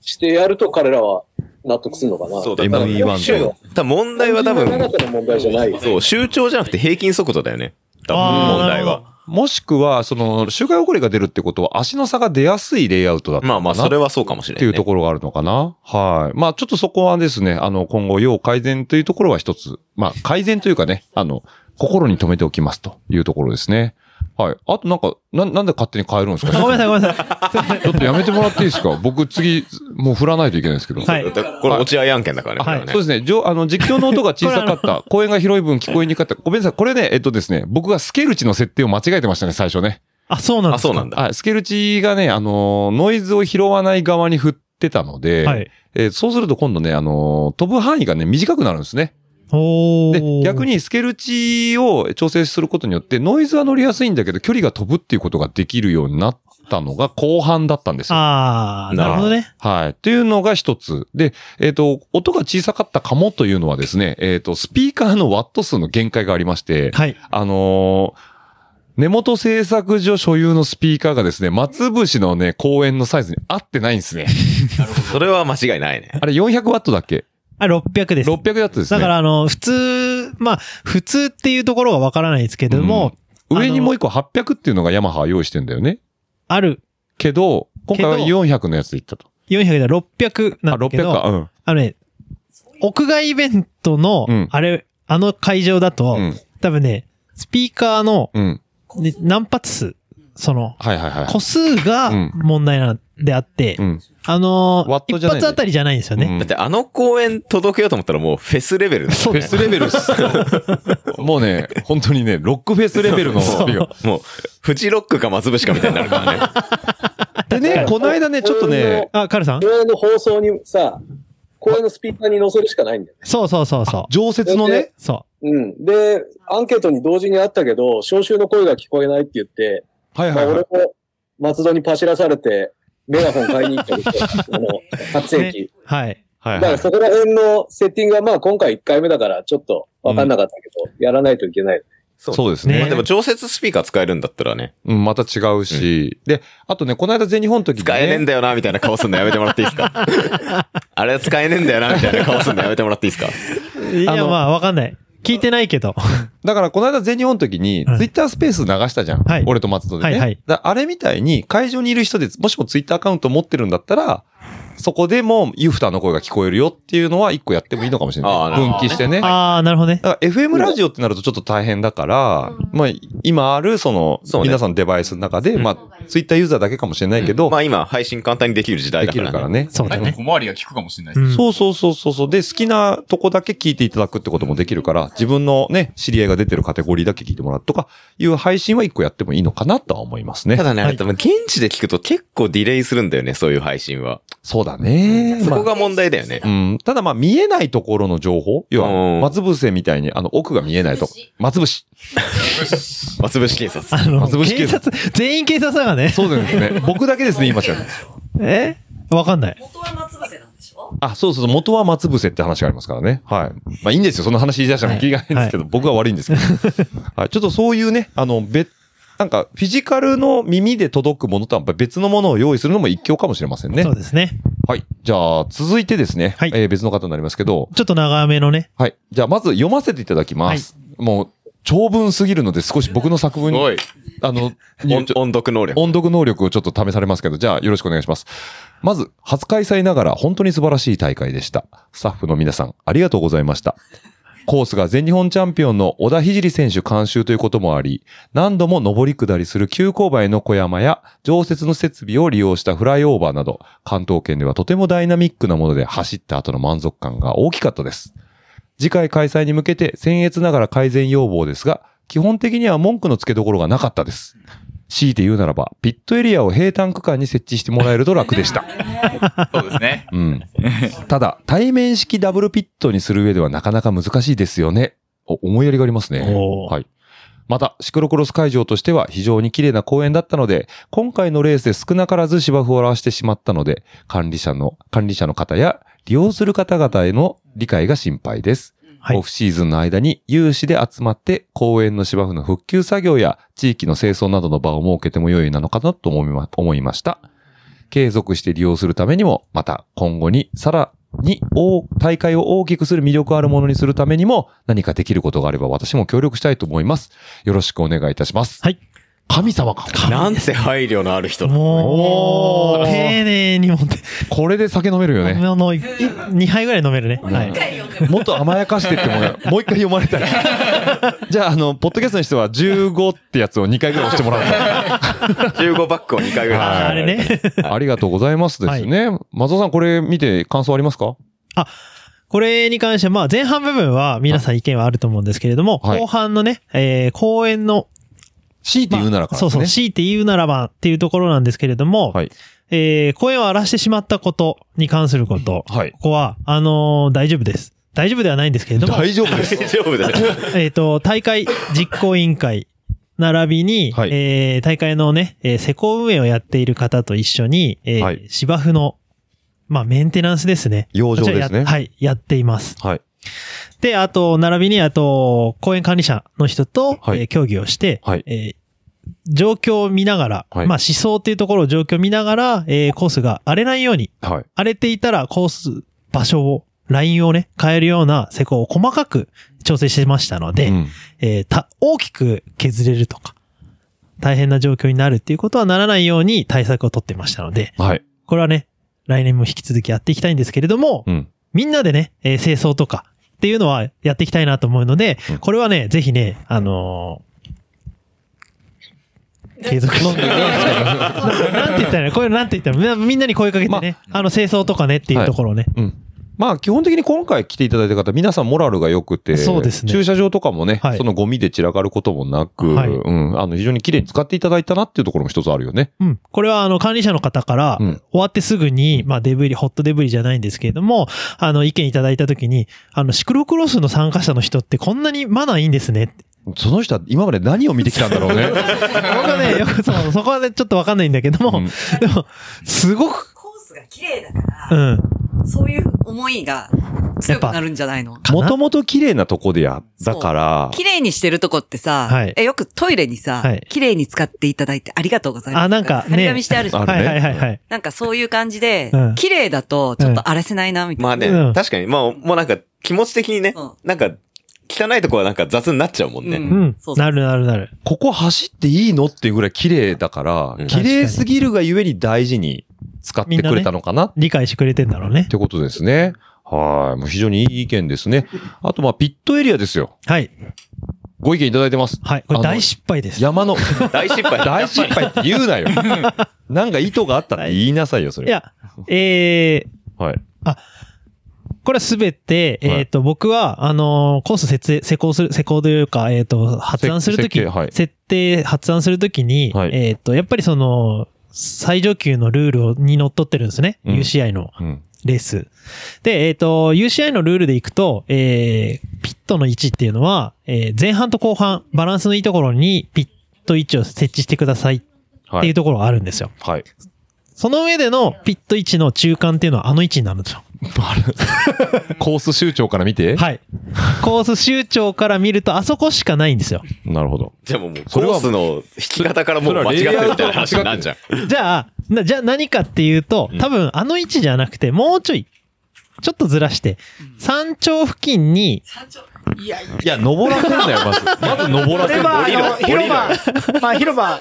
S9: してやると彼らは納得するのかな。
S6: そう
S9: だ。
S6: だ、多分
S4: ME1
S6: 周多分問題は多
S9: なかっ
S6: 分、
S9: たの問題じゃない。
S6: そう、周長じゃなくて平均速度だよね。多分
S5: あー
S6: 問題
S5: なるほ
S6: は。
S4: もしくは、その、周回遅れが出るってことは、足の差が出やすいレイアウトだった
S6: まあまあ、
S4: かな
S6: それはそうかもし
S4: っ
S6: れ
S4: て
S6: ない
S4: う
S6: い、
S4: ところがあるのかな。はい。まあ、ちょっとそこはですね、あの、今後、要改善というところは一つ。まあ、改善というかね、あの、心に留めておきますというところですね。はい。あとなんか、な、なんで勝手に変えるんですか
S5: ごめんなさい、
S4: い。
S5: ごめんなさい。
S4: ちょっとやめてもらっていいですか僕次、もう振らないといけないんですけど。
S5: はい
S6: だからこれ落合案件だからね。
S5: はい
S6: これ
S4: そう
S6: は
S4: で
S6: ね
S4: すね。じょあの、実況の音が小さかっ
S5: これ
S4: た。声が広い分聞こえにくかった。ごめんなさい。これね、えっとですね、僕がスケルチの設定を間違えてましたね、最初ね。
S5: あ、そうなん
S6: あ、
S5: です
S6: そ
S5: か
S6: うなんだ。
S4: はい。スケルチがね、あの、ノイズを拾わない側に振ってたので、
S5: はい。
S4: えーそうすると今度ね、あのー飛ぶ範囲がね、短くなるんですね。
S5: お
S4: で、
S5: ー。
S4: 逆にスケル値を調整することによって、ノイズは乗りやすいんだけど、距離が飛ぶっていうことができるようになったのが後半だったんですよ。
S5: あー、なるほどね。
S4: はい。っていうのが一つ。で、えっ、と、音が小さかったかもというのはですね、えっ、と、スピーカーのワット数の限界がありまして、
S5: はい。
S4: あのー根元製作所所有のスピーカーがですね、松節のね、公園のサイズに合ってないん ですね。
S6: それは間違いないね。
S4: あれ400ワットだっけ
S5: あ、600です。
S4: ?600 だったですね。
S5: だから、あの、普通、まあ、普通っていうところがわからないですけども、
S4: 上にもう一個800っていうのがヤマハは用意してんだよね。
S5: ある
S4: けど、今回は
S5: けど
S4: 400のやつでいったと。
S5: 400で600
S4: あ、
S5: なんだけ
S4: 600
S5: ど、
S4: か。うん。
S5: あのね、屋外イベントの
S4: うん、
S5: あれ、あの会場だ
S4: う
S5: と、
S4: ん
S5: 多分ね、スピーカーの、
S4: うん。
S5: ね、何発数、その、
S4: はいはいはい。
S5: 個数が
S4: うん
S5: 問題なんであって、
S4: うん。
S5: あのー
S4: ワット
S5: 一
S4: じゃない
S5: 発あたりじゃないんですよね。
S6: だってあの公園届けようと思ったらもうフェスレ ベルだ
S5: そう
S6: よ
S4: フェス
S6: ね。
S4: レベルっす。 もうね、本当にね、ロックフェスレベルのスピーカ
S6: もう、フジロックか松節かみたいにな るからね。
S4: ー。でね、この間ね、ちょっとね、
S5: あ、カルさん
S9: 公園の放送にさ、公園のスピーカーに載せるしかないんだよ。
S5: そうそうそうそう。
S4: 常設のね、
S5: そ
S9: うん。で、アンケートに同時にあったけど、招集の声が聞こえないって言って、
S4: はい
S9: ま
S4: は
S9: あ
S4: いは
S9: 俺
S4: い。
S9: も松戸にパシらされて、メガホン買いに行ったけど、 あの、初
S5: う。
S9: 世
S5: ね
S9: 紀。、
S5: はい。
S4: は
S9: だ
S4: い
S9: か
S4: は
S9: ら
S4: い。
S9: そこら辺のセッティングはまあ今回1回目だからちょっとわかんなかったけど、やらないといけない。
S4: そうですね。
S5: ね
S6: まあでも常設スピーカー使えるんだったらね、
S4: うん、また違うし。で、あとね、この間全日本の時に
S6: 使えねえん
S4: ね、
S6: だよな、みたいな顔すんのやめてもらっていいで すかあれは使えねえんだよな、みたいな顔すんのやめてもらっていいですか
S5: い
S4: あ
S5: や、
S4: の
S5: まあ、わかんない。聞いてないけど。
S4: だからこの間全日本の時に、
S5: うん
S4: ツイッタースペース流したじゃん
S5: はい。
S4: 俺と松戸でね。
S5: はいはい
S4: だからあれみたいに、会場にいる人で、もしもツイッターアカウント持ってるんだったら、そこでもユフターの声が聞こえるよっていうのは一個やってもいいのかもしれ
S6: あ
S4: な。
S6: ーないるほど
S4: 分岐してね。
S5: ああ、なるほどね。
S4: だから FM ラジオってなるとちょっと大変だから、まあ今あるその、
S6: そうね
S4: 皆さんのデバイスの中で、まあツイッターユーザーだけかもしれないけど、
S6: まあ今、配信簡単にできる時代
S4: で
S6: だ
S4: き
S6: か
S4: る
S6: ら
S4: から
S6: ね。
S4: ね。
S5: そうだ
S8: 結構
S5: ね。
S8: 小回りが効くかもしれないで
S5: う
S8: す。
S5: ん
S4: そうそうそうそうそう。で、好きなとこだけ聞いていただくってこともできるから、自分のね、知り合いが出てるカテゴリーだけ聞いてもらうとか、いう配信は一個やってもいいのかなとは思いますね
S6: た。だね、あ
S5: はい
S6: れ多分現地で聞くと結構ディレイするんだよね、そういう配信は。
S4: そうだね。
S6: そ
S4: まあ
S6: こが問題だよね
S4: う。ん。ただまあ見えないところの情報要
S6: う
S4: は、
S6: ん
S4: 松伏みたいに、あの、奥が見えないとこ。松伏。
S6: 松伏警察。
S5: あの、
S4: 松伏
S5: 警
S4: 警
S5: 察、全員警察だからね。
S4: そうですね。僕だけですね、言いましたね。
S5: えわかんない。
S1: 元は松伏なんでしょ
S4: あ、そうそうそう、元は松伏って話がありますからね。はい。まあいいんですよ。その話言い出したの気がないんですけど、僕は悪いんですけど。はい。ちょっとそういうね、あの、別、なんか、フィジカルの耳で届くものとはやっぱり別のものを用意するのも一興かもしれませんね
S5: そう。ですね。
S4: はい。じゃあ、続いてですね。
S5: はい
S4: えー別の方になりますけど。
S5: ちょっと長めのね。
S4: はい。じゃあ、まず読ませていただきます。もう、長文すぎるので少し僕の作文に
S8: おい。
S4: あの、
S6: 音音読能力。
S4: 音読能力をちょっと試されますけど、じゃあよろしくお願いします。まず、初開催ながら本当に素晴らしい大会でした。スタッフの皆さん、ありがとうございました。コースが全日本チャンピオンの小田聖選手監修ということもあり、何度も上り下りする急勾配の小山や常設の設備を利用したフライオーバーなど、関東圏ではとてもダイナミックなもので走った後の満足感が大きかったです。次回開催に向けて僭越ながら改善要望ですが、基本的には文句の付けどころがなかったです。強いて言うならば、ピットエリアを平坦区間に設置してもらえると楽でした。
S8: そうですね。
S4: うん。ただ、対面式ダブルピットにする上ではなかなか難しいですよね。お、思いやりがありますね。
S5: おー
S4: はい。また、シクロクロス会場としては非常に綺麗な公園だったので、今回のレースで少なからず芝生を荒らしてしまったので、管理者の、管理者の方や利用する方々への理解が心配です。
S5: はい
S4: オフシーズンの間に有志で集まって公園の芝生の復旧作業や地域の清掃などの場を設けても良いなのかなと思いま思いました。継続して利用するためにも、また今後にさらに大大会を大きくする魅力あるものにするためにも何かできることがあれば私も協力したいと思います。よろしくお願いいたします。
S5: はい。
S4: 神様か。
S6: なんて配慮のある人だ。
S5: も
S4: お
S5: う、
S4: ー
S5: 丁寧に持って、
S4: これで酒飲めるよね。
S5: あの、い2杯ぐらい飲めるね。はい。
S4: もっと甘やかしてってもらうもう一回読まれたい。 じゃあ、あの、ポッドキャストにしては15ってやつを2回ぐらい押してもらうから。
S6: 15バックを2回ぐらい。
S5: あーあれね。
S4: ありがとうございますですね。松尾さん、これ見て感想ありますか
S5: これに関して、まあ前半部分は皆さん意見はあると思うんですけれども、
S4: はい
S5: 後半のね、えー、公演の、
S4: 強いて言うならから
S5: そうそう、
S4: ですね。
S5: 強いて言うならばっていうところなんですけれども、
S4: はい
S5: えー、公演を荒らしてしまったことに関すること、
S4: はい
S5: こ。こは、あのー大丈夫です。大丈夫ではないんですけれども、
S4: 大丈夫で
S6: 大
S4: す。
S6: 丈夫だよ。
S5: えっ、と、大会 実行委員会、並びに、
S4: はい
S5: えー大会のね、えー施工運営をやっている方と一緒に、えー
S4: はい
S5: 芝生の、まあ、メンテナンスですね。
S4: 養生ですね
S5: こちらやはい、やっています。
S4: はい。
S5: で、あと、並びに、あと、公園管理者の人と、
S4: はい
S5: えー協議をして、
S4: はい
S5: えー状況を見ながら、
S4: はい
S5: まあ思想っていうところを状況を見ながら、えーコースが荒れないように、
S4: はい。
S5: 荒れていたらコース、場所を、ラインをね、変えるような施工を細かく調整してましたので、
S4: うん
S5: えーた、大きく削れるとか、大変な状況になるっていうことはならないように対策を取ってましたので、
S4: はい。
S5: これはね、来年も引き続きやっていきたいんですけれども、
S4: うん。
S5: みんなでね、えー清掃とかっていうのはやっていきたいなと思うので、
S4: うん
S5: これはね、ぜひね、あのー継続なんて言ったらいいのこれ なんて言ったらいいのみんなみんなに声かけてね、あの清掃とかねっていうところをね、
S4: うん。まあ基本的に今回来ていただいた方、皆さんモラルが良くて、
S5: そうですね
S4: 駐車場とかもね、
S5: はい
S4: そのゴミで散らかることもなく、
S5: はい
S4: うん、あの非常に綺麗に使っていただいたなっていうところも一つあるよね。
S5: うん。これはあの管理者の方から、
S4: うん
S5: 終わってすぐに、まあデブリ、ホットデブリじゃないんですけれども、あの意見いただいたときに、あのシクロクロスの参加者の人ってこんなにマナーいいんですねって。
S4: その人は今まで何を見てきたんだろうね。
S5: 僕 はね、よくそう、そこはね、ちょっとわかんないんだけども、
S4: うん
S5: でも、すごく、
S1: コースが綺麗だから、
S5: うん。
S1: そういう思いが強くなるんじゃないの
S5: かな
S4: もともと綺麗なとこでや、だから、
S1: 綺麗にしてるとこってさ、
S5: はい
S1: えよくトイレにさ、
S5: はい
S1: 綺麗に使っていただいてありがとうございます。
S5: あなんかね
S1: 張り紙してあるじゃん。
S4: ある
S5: は
S4: ね
S5: いはいはいはい。
S1: なんかそういう感じで、
S5: うん
S1: 綺麗だとちょっと荒らせないな、みたいな。
S6: まあね
S5: うん、
S6: 確かに、まあ、もうなんか、気持ち的にね
S1: うん、
S6: なんか、汚いとこはなんか雑になっちゃうもんね。
S1: うん
S5: うん
S1: そうそう。
S5: なるなるなる。
S4: ここ走っていいのっていうぐらい綺麗だから、
S6: うん
S4: 綺麗すぎるがゆえに大事に使ってくれたのかなっ
S5: 理解してくれてんだろうね。
S4: てことですね。はい。もう非常にいい意見ですね。あと、まあ、ピットエリアですよ。
S5: はい。
S4: ご意見いただいてます。
S5: はい。これ大失敗です。
S4: 山の、
S6: 大失敗。
S4: 大失敗って言うなよ。 なんか意図があったって言いなさいよ、そ
S5: い
S4: れ。
S5: や、えー、
S4: はい。
S5: これはすべて、
S4: はい
S5: えっ、と、僕は、あのーコース設営、施工する、施工というか、えっ、と、発案するとき、
S4: 設計はい
S5: 設定、発案するときに、
S4: はい
S5: えっ、と、やっぱりその、最上級のルールをにのっとってるんですね。
S4: うん
S5: UCI の
S4: うん。
S5: レース。で、えっ、と、UCI のルールでいくと、えー、ピットの位置っていうのは、えー前半と後半、バランスのいいところにピット位置を設置してくださいって。
S4: はいいう
S5: ところがあるんですよ。
S4: はい。
S5: その上でのピット位置の中間っていうのはあの位置になるんですよ。
S4: コース周長から見て。
S5: はい。コース周長から見ると、あそこしかないんです よ。
S4: なるほど。
S6: じゃあもうもう、コ
S4: それは
S6: ースの引き方からもう
S4: それは
S6: 間違
S4: レ
S6: っ
S4: イ
S6: て
S4: ヤー
S6: る
S4: と
S6: みたいな話になるじゃん。
S5: じゃあ、なじゃあ何かっていうと、多分あの位置じゃなくて、もうちょい、ちょっとずらして、山頂付近に、
S4: いや、登らせるなよ、まず。 まず登ら
S7: こ
S4: せ
S7: れ
S4: る。
S7: は、あ
S4: 降りろ
S7: の、広場、まあ広場、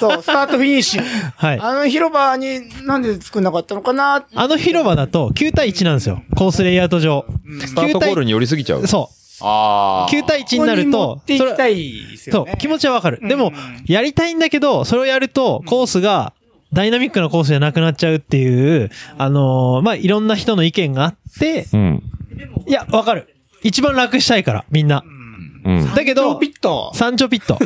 S7: そう、スタートフィニッシュ。
S5: はい。
S7: あの広場になんで作んなかったのかな
S5: あの広場だと9対1なんですよ。コースレイアウト上。
S4: スタートゴールに寄りすぎちゃう。
S5: そう。
S8: ああ。
S5: 9対1になる
S7: こ
S5: と
S7: こ、に持っていき
S5: は
S7: たいですよ
S5: そ
S7: ね。
S5: う、気持ちはわかる。で
S7: う
S5: も
S7: ん、
S5: やりたいんだけど、それをやると、コースが、ダイナミックなコースじゃなくなっちゃうっていう、あのーまあ、いろんな人の意見があって、
S4: うん。
S5: いや、わかる。一番楽したいから、みんな。
S4: うん。
S5: だけ
S7: 超
S5: ど
S7: ピ、ット。
S5: 山頂ピット。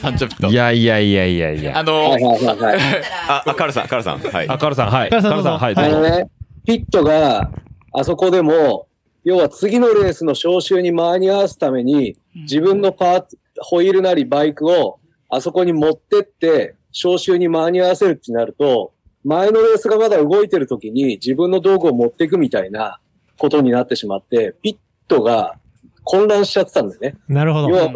S8: 三丁ピッ
S4: い
S8: ト。
S4: やいやいやいやいや。
S8: あの
S9: はい、はいはいはい。
S6: あ、あ、カールさん、カールさん。はい。
S4: あ、カルさん、はい。
S5: カ
S4: カ
S5: ル
S4: ル
S5: さん
S4: さん、はい。ど
S9: あ
S4: うぞ
S9: のね、ピットがあそこでも、要は次のレースの招集に間に合わすために、自分のパーツ、ホイールなりバイクをあそこに持ってって、招集に間に合わせるってなると、前のレースがまだ動いてる時に自分の道具を持っていくみたいなことになってしまって、ピットが混乱しちゃってたんだよね。
S5: なるほ
S9: 要
S5: ど。
S9: は、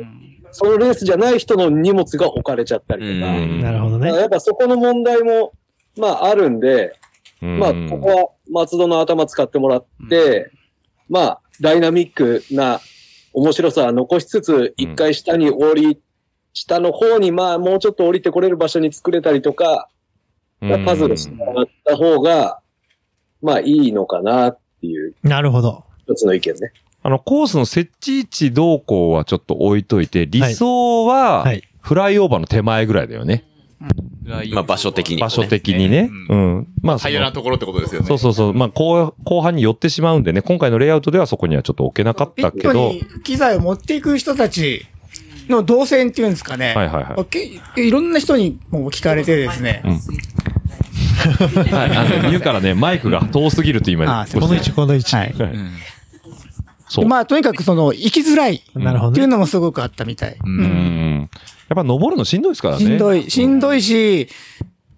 S9: そのレースじゃない人の荷物が置かれちゃったりと
S6: う
S9: か。
S6: ん
S5: なるほど
S9: だから
S5: ね。
S9: やっぱそこの問題も、まああるんで、
S4: うん
S9: まあ、ここは松戸の頭使ってもらって、まあ、ダイナミックな面白さは残しつつ、
S4: うん
S9: 一回下に降り、下の方にまあ、もうちょっと降りてこれる場所に作れたりとか、
S4: うん
S9: パズルしてもらった方が、まあ、いいのかなっていう
S5: なるほど。
S9: 一つの意見ね。
S4: あの、コースの設置位置動向はちょっと置いといて、理想は
S5: はい、
S4: フライオーバーの手前ぐらいだよね。
S6: まあ場所的に。
S4: 場所的にね。
S8: う。
S4: うんん。まあ、その
S8: 平らなところってことですよね。
S4: そうそうそう。まあ、後後半に寄ってしまうんでね、今回のレイアウトではそこにはちょっと置けなかっ
S7: ピッ
S4: たけ
S7: ト
S4: ど、
S7: に機材を持っていく人たちの動線っていうんですかね。
S4: はいはいは
S7: けいろんな人にもう聞かれてですね。
S4: い。 はい、あの、言うからね、マイクが遠すぎると今、
S7: あーすいま
S5: この
S7: せん
S5: 位置、この位置。
S7: はい。
S4: はい
S8: うん
S4: そう。
S7: まあ、とにかくその、行きづらいっ
S5: なるほ
S7: てい
S5: ど
S7: う
S5: ね。
S7: のもすごくあったみたい。
S4: うん。やっぱ登るのしんどいですからね。
S7: しんど
S4: い。
S7: い、しんどいし、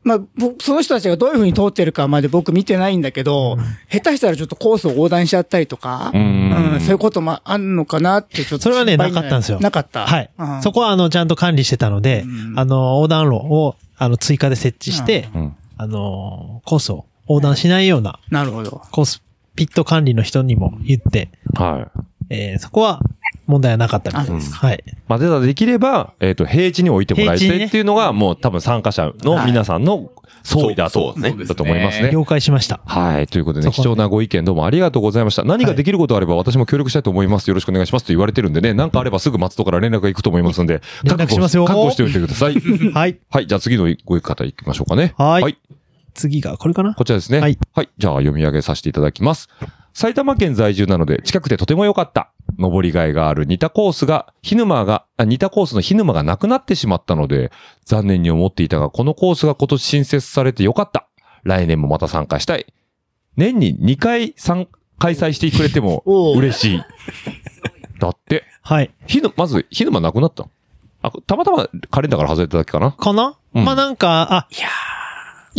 S7: まあ、僕その人たちがどういうふうに通ってるかまで僕見てないんだけど、下手したらちょっとコースを横断しちゃったりとか、
S4: う
S7: うんん、そういうこともあんのかなって、ちょっと
S5: それはね
S7: 心配に
S5: なかったんですよ
S7: なかった。
S5: はい
S7: うん。
S5: そこは、あの、ちゃんと管理してたので、あの、横断路を、あの、追加で設置して、
S4: うん。
S5: あの、コースを横断しないような、
S7: なるほど。
S5: コース、ピット管理の人にも言って、
S4: はい。
S5: えーそこは問題はなかったみたいです。はい。
S4: まあ、でできれば、えっ、と、平地に置いてもらいた
S5: 平地に
S4: い
S5: ね
S4: っていうのが、もう多分参加者の皆さんの総意だと、
S6: そうそう
S8: ね
S4: だと思いますね。
S5: 了解しました。
S4: はい。ということで
S5: そ
S4: ね、
S5: こは
S4: 貴
S5: ね
S4: 重なご意見どうもありがとうございました。何ができることあれば私も協力したいと思います。よろしくお願いしますと言われてるんでね、何かあればすぐ松戸から連絡が行くと思いますんで、
S5: 連絡しますよ
S4: 覚悟しておいてください。
S5: はい。
S4: はい。じゃあ次のご方行きましょうかね。
S5: はい次が、これかな
S4: こちらですね。
S5: はい。
S4: じゃあ読み上げさせていただきます。埼玉県在住なので近くてとても良かった。登りがいがある似たコースが、ヒヌマが、あ似たコースのヒヌマがなくなってしまったので、残念に思っていたが、このコースが今年新設されて良かった。来年もまた参加したい。年に2回参開催してくれて も
S7: おう
S4: 嬉しい。だって、
S5: はい。
S4: ヒヌ、まず、ヒヌマなくなったのあ、たまたまカレンダーから外れただけかな
S5: かな、
S4: うん
S5: まあなんか、あ、
S4: い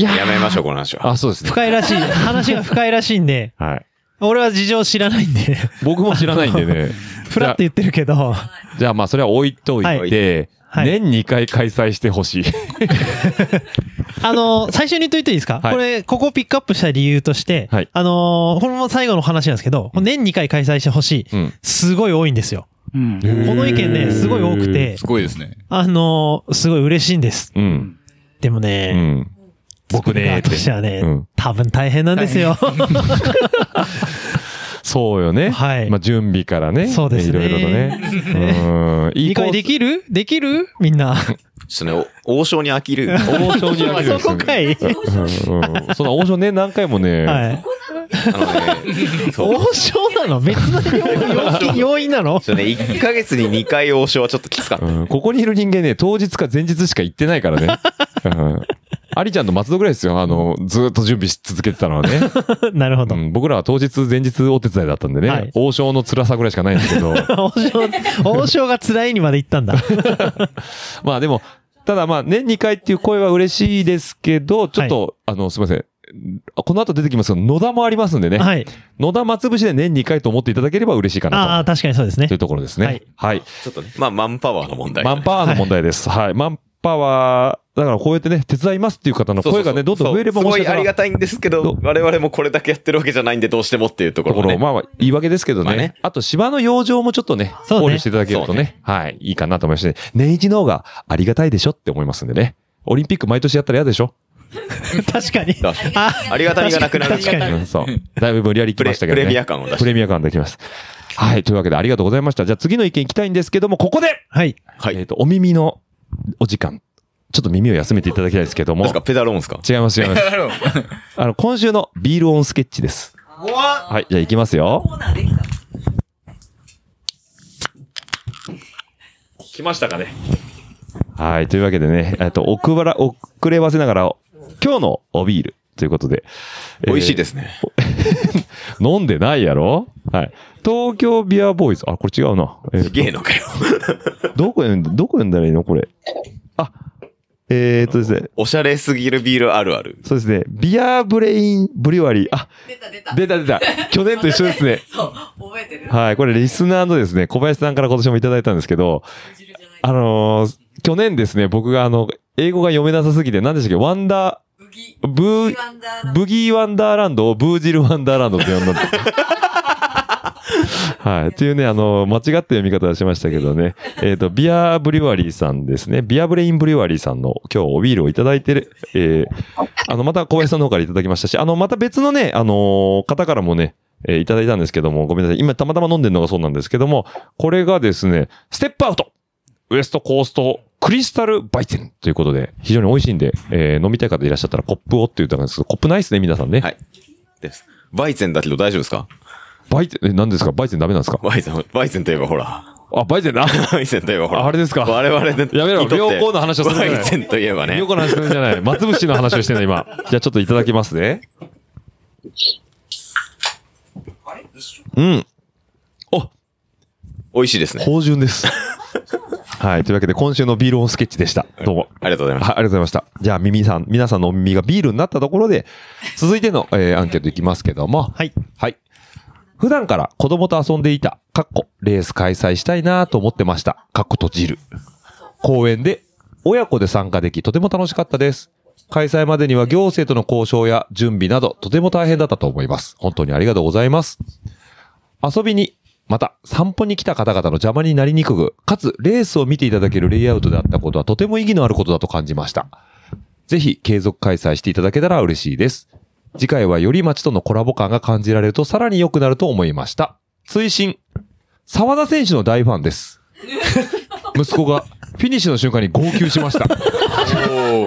S4: や
S6: やめましょう、この話は。
S4: あ、そうですね。
S5: 深い らしい。話が深いらしいんで、
S4: はい。
S5: 俺は事情知らない んで、
S4: 僕も知らないんでね。
S5: ふらっと言ってるけど、
S4: じゃあまあそれは置いといて、
S5: はい
S4: 年
S5: はい
S4: 2回開催してほしい。
S5: あの、最初に言っといていいですか、
S4: はい
S5: これ、ここをピックアップした理由として、
S4: はい
S5: あのーこれも最後の話なんですけど、年2回開催してほしい。
S4: うん。
S5: すごい多いんですよ。
S7: うん。
S5: この意見ね、すごい多くて
S8: す、ごいですね。
S5: あのーすごい嬉しいんです。
S4: うん。
S5: でも
S4: う
S5: ね、
S4: ん。僕ね、って
S5: 私。はね、
S4: うん
S5: 多分大変なんですよ。
S4: そうよね。
S5: はい
S4: まあ、準備からね。
S5: そうですね
S4: いろいろとね。 うん。い
S5: 理
S4: いコー
S5: 解
S4: ス
S5: できるできるみ んな。
S6: その、王将に飽きる。
S4: 王将にあげる
S5: そこかい。
S4: うんうんその王将ね、何回もね、
S5: はい。
S6: あのね、そう。
S5: 王将なの別の要因要因なの
S6: そうね、1ヶ月に2回王将はちょっときつかった。
S4: うんここにいる人間ね、当日か前日しか行ってない からね。うんありちゃんと松戸ぐらいですよ。あの、ずーっと準備し続けてたのは ね。
S5: なるほ
S4: う
S5: ど。
S4: ん僕らは当日、前日お手伝いだったんでね、
S5: はい
S4: 王将の辛さぐらいしかないんですけど、
S5: 王将、王将が辛いにまで行った んだ。
S4: まあでも、ただまあ年2回っていう声は嬉しいですけど、ちょっと、あの、すいません。あこの後出てきますが、野田もありますんでね。
S5: はい。
S4: 野田松節で年2回と思っていただければ嬉しいか
S5: ああ、
S4: なと。
S5: 確かにそうですね
S4: という。ところですね。
S5: は
S4: はいい。
S6: ちょっとね。まあ、マンパワーの問題。
S4: マンパワーの問題です。はい、マンパワー、だからこうやってね、手伝いますっていう方の
S6: そうそう
S4: 声
S6: そう
S4: がね、どんどん増えれば
S6: そう
S4: も
S6: す
S4: し
S6: ごいありがたいんですけど
S4: ど、
S6: 我々もこれだけやってるわけじゃないんで、どうしてもっていうとこと
S4: こ
S6: ろ
S4: ろ、
S6: ね。
S4: まあまあ、言い訳ですけどね。
S6: まあ
S4: あ
S6: ね
S4: と、芝の養生もちょっとね、
S5: そうね
S4: 考慮していただけるとねはい、いいかなと思いますね。年一の方がありがたいでしょって思いますんでね。オリンピック毎年やったら嫌でしょ
S5: 確かに。
S6: だ
S5: あ
S6: ありがたみがなくなる
S5: 確かに。
S4: うんそう。だいぶ無理やり
S6: プ
S4: 来ま
S6: レ
S4: した
S6: プ
S4: けどね。
S6: レミア感を出し
S4: プ
S6: て。
S4: レミア感できます。はい。というわけでありがとうございました。じゃあ次の意見行きたいんですけども、ここで、
S5: はい。
S6: はい
S4: えっ、と、お耳のお時間。ちょっと耳を休めていただきたいですけども。
S6: ですかペダロンですか
S4: 違います、違います。
S8: なるほど
S4: あの、今週のビールオンスケッチです。はい、じゃあ行きますよ。コーナーできた。来ましたかね。はい、というわけでね、えっと、遅ばら、遅ればせながら、今日のおビールということで。。
S6: 美味しいですすね。
S4: 飲んでないやろはい。東京ビアボーイズ。あ、これ違うな。え
S6: すげえ
S4: ー
S6: のかよ。
S4: と、どこ読んだ、どこ読んだらいいのこれ。あ、えー、っとですね。
S6: おしゃれすぎるビールあるある。
S4: そうですね。ビアブレインブリュワリー。あ、
S1: 出た出た。
S4: 出た出た。去年と一緒ですね。
S1: そう、覚えてる
S4: はい。これ、リスナーのですね、小林さんから今年もいただいたんですけど、あのー去年ですね、僕があの、英語が読めなさすぎて、何でしたっけ、ワンダ
S1: ブギ、
S4: ー、ブー、
S1: ワンダー
S4: ブギーワンダーランドをブージルワンダーランドって 呼んだんです。はい。っていうね、あの、間違った読み方をしましたけど ね。えっ、と、ビアブリュワリーさんですね。ビアブレインブリュワリーさんの今日おビールをいただいてる、えー、あの、また小林さんの方からいただきましたし、あの、また別のね、あのー方からもね、えーいただいたんですけども、ごめんなさい。今たまたま飲んでるのがそうなんですけども、これがですね、ステップアウトウエストコーストクリスタルバイテンということで、非常に美味しいんで、えー飲みたい方いらっしゃったらコップをって言ったんですけど、コップないですね、皆さんね。
S6: はいです。バイゼンだけど大丈夫ですか
S4: バイテン、え、何ですかバイテンダメなんで すか
S6: バイゼン、バイゼンといえばほら。
S4: あ、バイテンな。
S6: バイゼンといえばほら。
S4: あれですか
S6: 我々で。
S4: やめろ、
S6: にとっ
S4: 両
S6: て
S4: 方の話をするんじ
S6: バ
S4: ゃない
S6: イ。ゼンといえばね
S4: 両。方の話するんじゃない。松節の話をしてるの、今。じゃあちょっといただきますね。うん。お、
S6: 美味しいですね。
S4: 芳醇です。はい。というわけで、今週のビールオンスケッチでした。どうも。
S6: ありがとうございま
S4: はい、ありがとうございました。じゃあ、耳さん、皆さんのお耳がビールになったところで、続いての、えーアンケートいきますけども、
S5: はい。
S4: はい。普段から子供と遊んでいた、かっこ、レース開催したいなと思ってました。かっこ閉じる。公園で、親子で参加でき、とても楽しかったです。開催までには行政との交渉や準備など、とても大変だったと思います。本当にありがとうございます。遊びに、また、散歩に来た方々の邪魔になりにくく、かつ、レースを見ていただけるレイアウトであったことは、とても意義のあることだと感じました。ぜひ、継続開催していただけたら嬉しいです。次回はより街とのコラボ感が感じられるとさらに良くなると思いました。追伸。沢田選手の大ファン です。息子がフィニッシュの瞬間に号泣しました。
S5: こ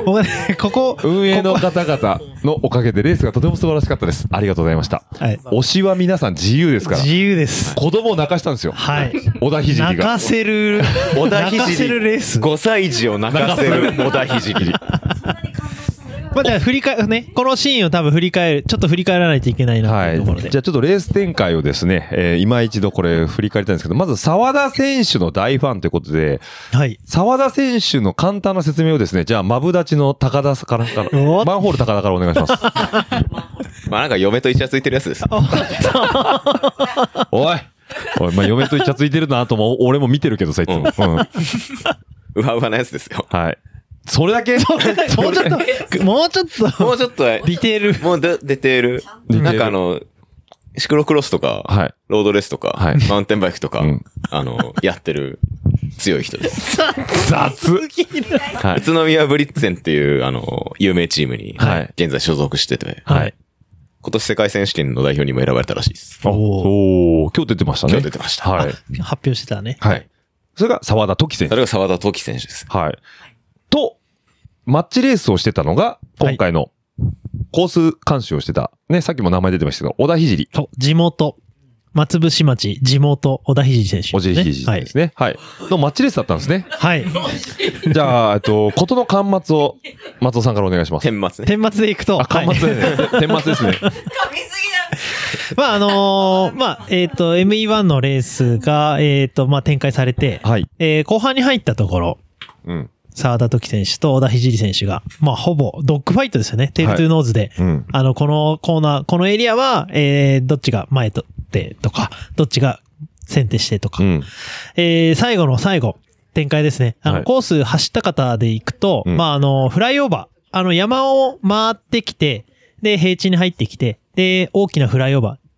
S5: こねここ、
S4: 運営の方々のおかげでレースがとても素晴らしかったです。ありがとうございました。
S5: はい
S4: 推しは皆さん自由ですから。
S5: 自由です。
S4: 子供を泣かしたんですよ。
S5: はい。
S4: 小田ひじ
S5: 泣
S4: りが
S5: か。せる、
S6: 小田
S5: 泣
S6: ひ
S5: か
S6: じ
S5: せる
S6: り。
S5: レース。
S6: 5歳児を泣かせる小田ひじり。
S5: まあ、じゃあ振り返、ね、このシーンを多分振り返る、ちょっと振り返らないといけないな
S4: は
S5: という
S4: い。
S5: ところで。
S4: じゃあちょっとレース展開をですね、えー今一度これ振り返りたいんですけど、まず沢田選手の大ファンということで、
S5: はい。
S4: 沢田選手の簡単な説明をですね、じゃあ、マブダチの高田さんから、から
S5: お
S4: マンホール高田からお願いし ます。
S6: まあなんか嫁とイチャついてるやつです。
S4: おいおい、まあ、嫁とイチャついてるなとも、俺も見てるけどさ、いつも。うん。
S6: うわうわなやつですよ。
S4: はい。それだけ
S5: それだけもうちょっと、もうちょっと、
S6: もうちょっと、デ
S5: ディテール。
S6: もうで出ている。
S4: ディテール
S6: なんかあの、シクロクロスとか、
S4: はい。
S6: ロードレースとか、
S4: はい
S6: マウンテンバイクとか、
S4: うん
S6: あの、やってる強い人です。
S4: 雑は
S6: 宇
S4: い。
S6: 都宮ブリッツェンっていう、あの、有名チームに
S4: はい、
S6: 現在所属してて、
S5: はい。
S6: 今年世界選手権の代表にも選ばれたらしいです。
S4: お
S5: お
S4: おー今日出てましたね。
S6: 今日出てました。
S4: はい。
S5: 発表してたね。
S4: はい。それが沢田時選
S6: そ
S4: 手。
S6: れが沢田時輝選手です。
S4: はい。と、マッチレースをしてたのが、今回のコース監修をしてた、ね、さっきも名前出てましたけど、小田聖。
S5: と、地元、松伏町、地元、小田ひじ選手、ね。
S4: 小田聖司ですね。はい。のマッチレースだったんですね。
S5: はい。はい。
S4: じゃあ、えっと、ことの端末を、松尾さんからお願いします。
S6: 天末ね。
S5: 天末で行くと、
S4: あ、
S5: はい
S4: 端末ですね。天末ですね。
S5: まああのーまあ、えっ、と、ME1 のレースが、えっ、と、まあ展開されて、
S4: はい。
S5: えー後半に入ったところ、
S4: うん。
S5: 沢田時選手と小田聖選手が、まあほぼドッグファイトですよね。テールトゥーノーズで、
S4: うん。
S5: あの、このコーナー、このエリアは、えー、どっちが前とってとか、どっちが先手してとか、
S4: うん。
S5: えー、最後の最後、展開ですね。あの、
S4: はい
S5: コース走った方で行くと、
S4: うん
S5: まあ、あの、フライオーバー、あの、山を回ってきて、で、平地に入ってきて、で、大きなフライオーバー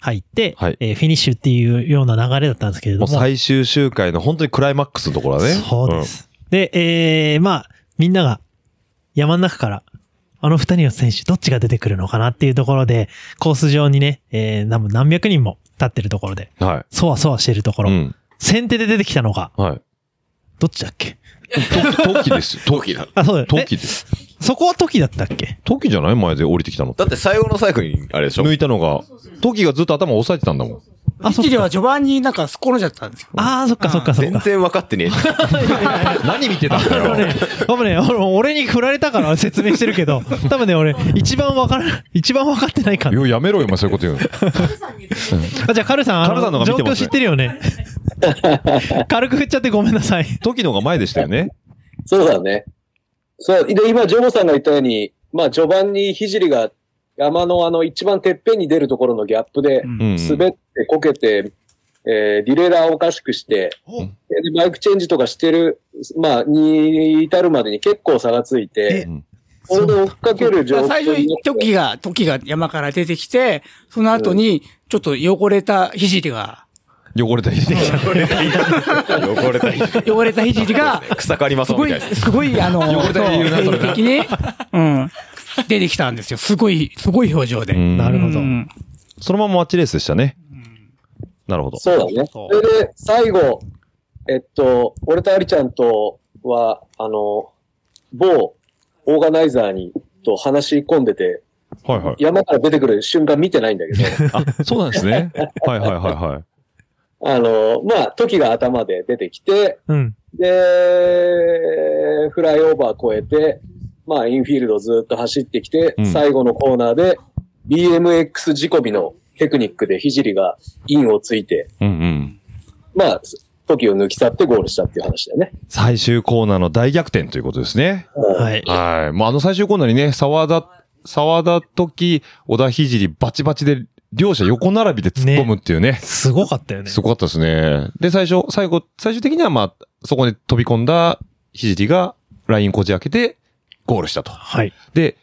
S5: 入って、
S4: はい
S5: えーフィニッシュっていうような流れだったんですけれど
S4: もう
S5: も。
S4: 最終周回の本当にクライマックスのところだね。
S5: そうです。で、えー、まあ、みんなが山の中から、あの二人の選手、どっちが出てくるのかなっていうところで、コース上にね、えー、多分何百人も立ってるところで、
S4: うん。はい。
S5: そわそわしてるところ、
S4: うん。
S5: 先手で出てきたのが、
S4: はい。
S5: どっちだっけ
S4: トキ ですよ。トキだ。
S5: あ、そうだよ
S4: ト
S5: ね。
S4: キです。
S5: そこは時だったっけ
S4: トキじゃない前で降りてきたのって
S6: だって最後の最後に、あれでしょ
S4: 抜いたのが、トキがずっと頭を押さえてたんだもん。
S5: あ、そっ
S7: 一時
S5: か。
S7: は序盤になんかすっ転んじゃったんですよ。
S5: あー、そっかそっかそっ
S6: 全
S5: か。
S6: 然分かってねえじゃん。
S4: 何見てたんだ
S5: あの
S4: よ。
S5: ね、多分ね、俺俺に振られたから説明してるけど、多分ね、俺、一番わからん、一番わかってないかな。
S4: よ、やめろよ、お前そういうこと言うの。
S5: あ、じゃあ、カルさん、あ
S4: カルさんの方が
S5: 状
S4: 見て
S5: 況
S4: ます
S5: 知
S4: ね
S5: ってるよね。軽く振っちゃってごめんなさい。
S4: トキの方が前でしたよね。
S9: そうだね。そう、で、今、ジョボさんが言ったように、まあ、序盤にひじりが山のあの、一番てっぺんに出るところのギャップで
S7: う、
S4: うんん。
S9: 滑ってこけて、えーディレイラーをおかしくして、
S4: うん
S9: で、バイクチェンジとかしてる、まあ、に至るまでに結構差がついて、それで追っかける状況になって
S7: 最初に時が、時が山から出てきて、その後に、ちょっと汚れた肘が、
S4: 汚れたりしてきた。
S6: 汚れたい。
S7: 汚れた肘が、
S6: 草刈ります
S7: す
S6: み
S7: ご
S6: たい
S7: い、
S6: な。
S7: すごい、あの、
S4: 汚れた理由な
S7: そう
S4: それな
S7: 的に、うん、出てきたんですよ。すごい、すごい表情で。
S5: なるほど
S7: うん
S4: そのままマッチレースでしたね。なるほど。
S9: そうだね。そ
S7: そう
S9: れで、最後、えっと、俺とアリちゃんとは、あの、某オーガナイザーに、と話し込んでて、
S4: はいはい。
S9: 山から出てくる瞬間見てないんだけど、
S4: あ、そうなんですね。はいはいはいはい。
S9: あの、まあ、時が頭で出てきて、
S5: うん。
S9: で、フライオーバー越えて、まあ、インフィールドずっと走ってきて、
S4: うん
S9: 最後のコーナーで、BMX 仕込みのテクニックでひじりがインをついて、
S4: うんうん。
S9: まあ、時を抜き去ってゴールしたっていう話だよね。
S4: 最終コーナーの大逆転ということですね。
S5: はい。
S4: はい。もうあの最終コーナーにね、沢田、沢田時、小田聖バチバチで、両者横並びで突っ込むっていうね。
S5: すごかったよね。
S4: すごかったですね。で、最初、最後、最終的にはまあ、そこに飛び込んだひじりが、ラインこじ開けて、ゴールしたと。
S5: はい。
S4: で、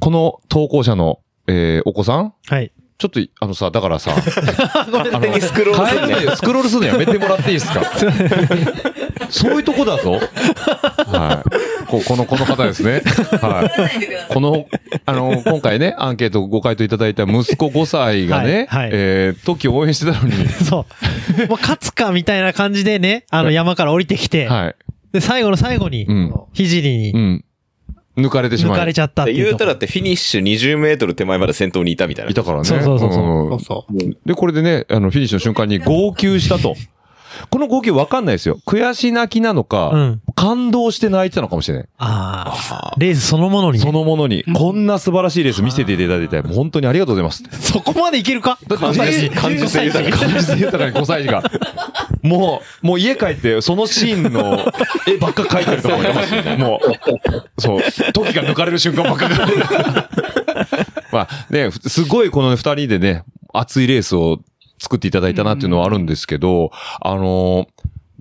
S4: この投稿者の、えー、お子さん
S5: はい。
S4: ちょっと、あのさ、だから さ、
S6: 勝手にスクロールす
S4: 帰
S6: る
S4: ん
S6: んだ
S4: ない
S6: よ。
S4: よスクロールするのやめてもらっていいですかそういうとこだぞ。はい。ここの、この方ですね。はい。この、あの、今回ね、アンケートご回答いただいた息子5歳がね、
S5: はいはい
S4: えー、時を応援してたのに、
S5: そう。もう勝つかみたいな感じでね、あの山から降りてきて、
S4: はい。
S5: で、最後の最後に
S4: うん、
S5: ひじり
S4: う
S5: に
S4: ん。抜かれてし
S5: 抜
S4: まい。。
S5: かれちゃったっていう
S6: 言う
S5: とこ
S6: たらってフィニッシュ20メートル手前まで先頭にいたみたいない
S4: たからね。
S5: そうそうそうそうん
S7: そうそう。
S4: で、これでね、あの、フィニッシュの瞬間に号泣したと。この号泣わかんないですよ。悔し泣きなのか、
S5: うん
S4: 感動して泣いてたのかもしれない。
S5: ああ、レースそのものにね、
S4: そのものに、こんな素晴らしいレース見せていただいて、本当にありがとうございます。
S5: そこまでいけるか
S4: 感
S6: じです感じです
S5: 15歳
S4: 感じて豊かに5歳児 が。もう、もう家帰って、そのシーンの絵ばっか描いてると思います。もう、そう、時が抜かれる瞬間ばっか描いてる。 まあね、ふすごいこのね二人でね、熱いレースを作っていただいたなっていうのはあるんですけど、あのー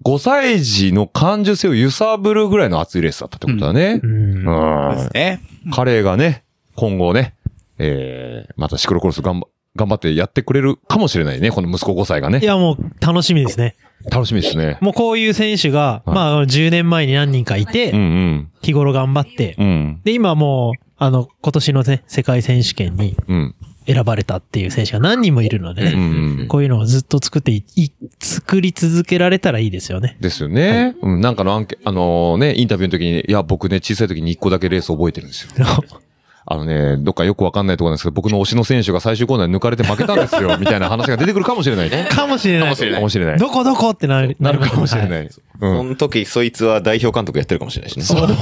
S4: 5歳児の感受性を揺さぶるぐらいの熱いレースだったってことだね。
S5: うん
S4: う。ん。
S6: ですね。
S4: 彼がね、今後ね、えー、またシクロクロス頑張、頑張ってやってくれるかもしれないね、この息子5歳が
S5: い
S4: ね。
S5: や、もう楽しみですね。
S4: 楽しみですね。
S5: もうこういう選手が、
S4: はい
S5: まあ、10年前に何人かいて、
S4: うん
S5: 日頃頑張って、
S4: うん。うん。
S5: で、今もう、あの、今年のね、世界選手権に
S4: うん。
S5: 選ばれたっていう選手が何人もいるので
S4: う
S5: ね、
S4: ん。
S5: こういうのをずっと作ってい、い作り続けられたらいいですよね。
S4: ですよね。うん。なんかのアンケ、あのーね、インタビューの時に、いや、僕ね、小さい時に1個だけレース覚えてるんですよ。 あのね、どっかよくわかんないところなんですけど、僕の推しの選手が最終コーナーに抜かれて負けたんです よ、みたいな話が出てくるかもしれない。 か
S5: かもしれない。
S4: もしれない。
S5: どこどこってなる、
S4: なるかもしれ
S5: い。
S4: ない。う
S6: そ
S4: ん。
S6: の時、そいつは代表監督やってるかもしれないしね。そう。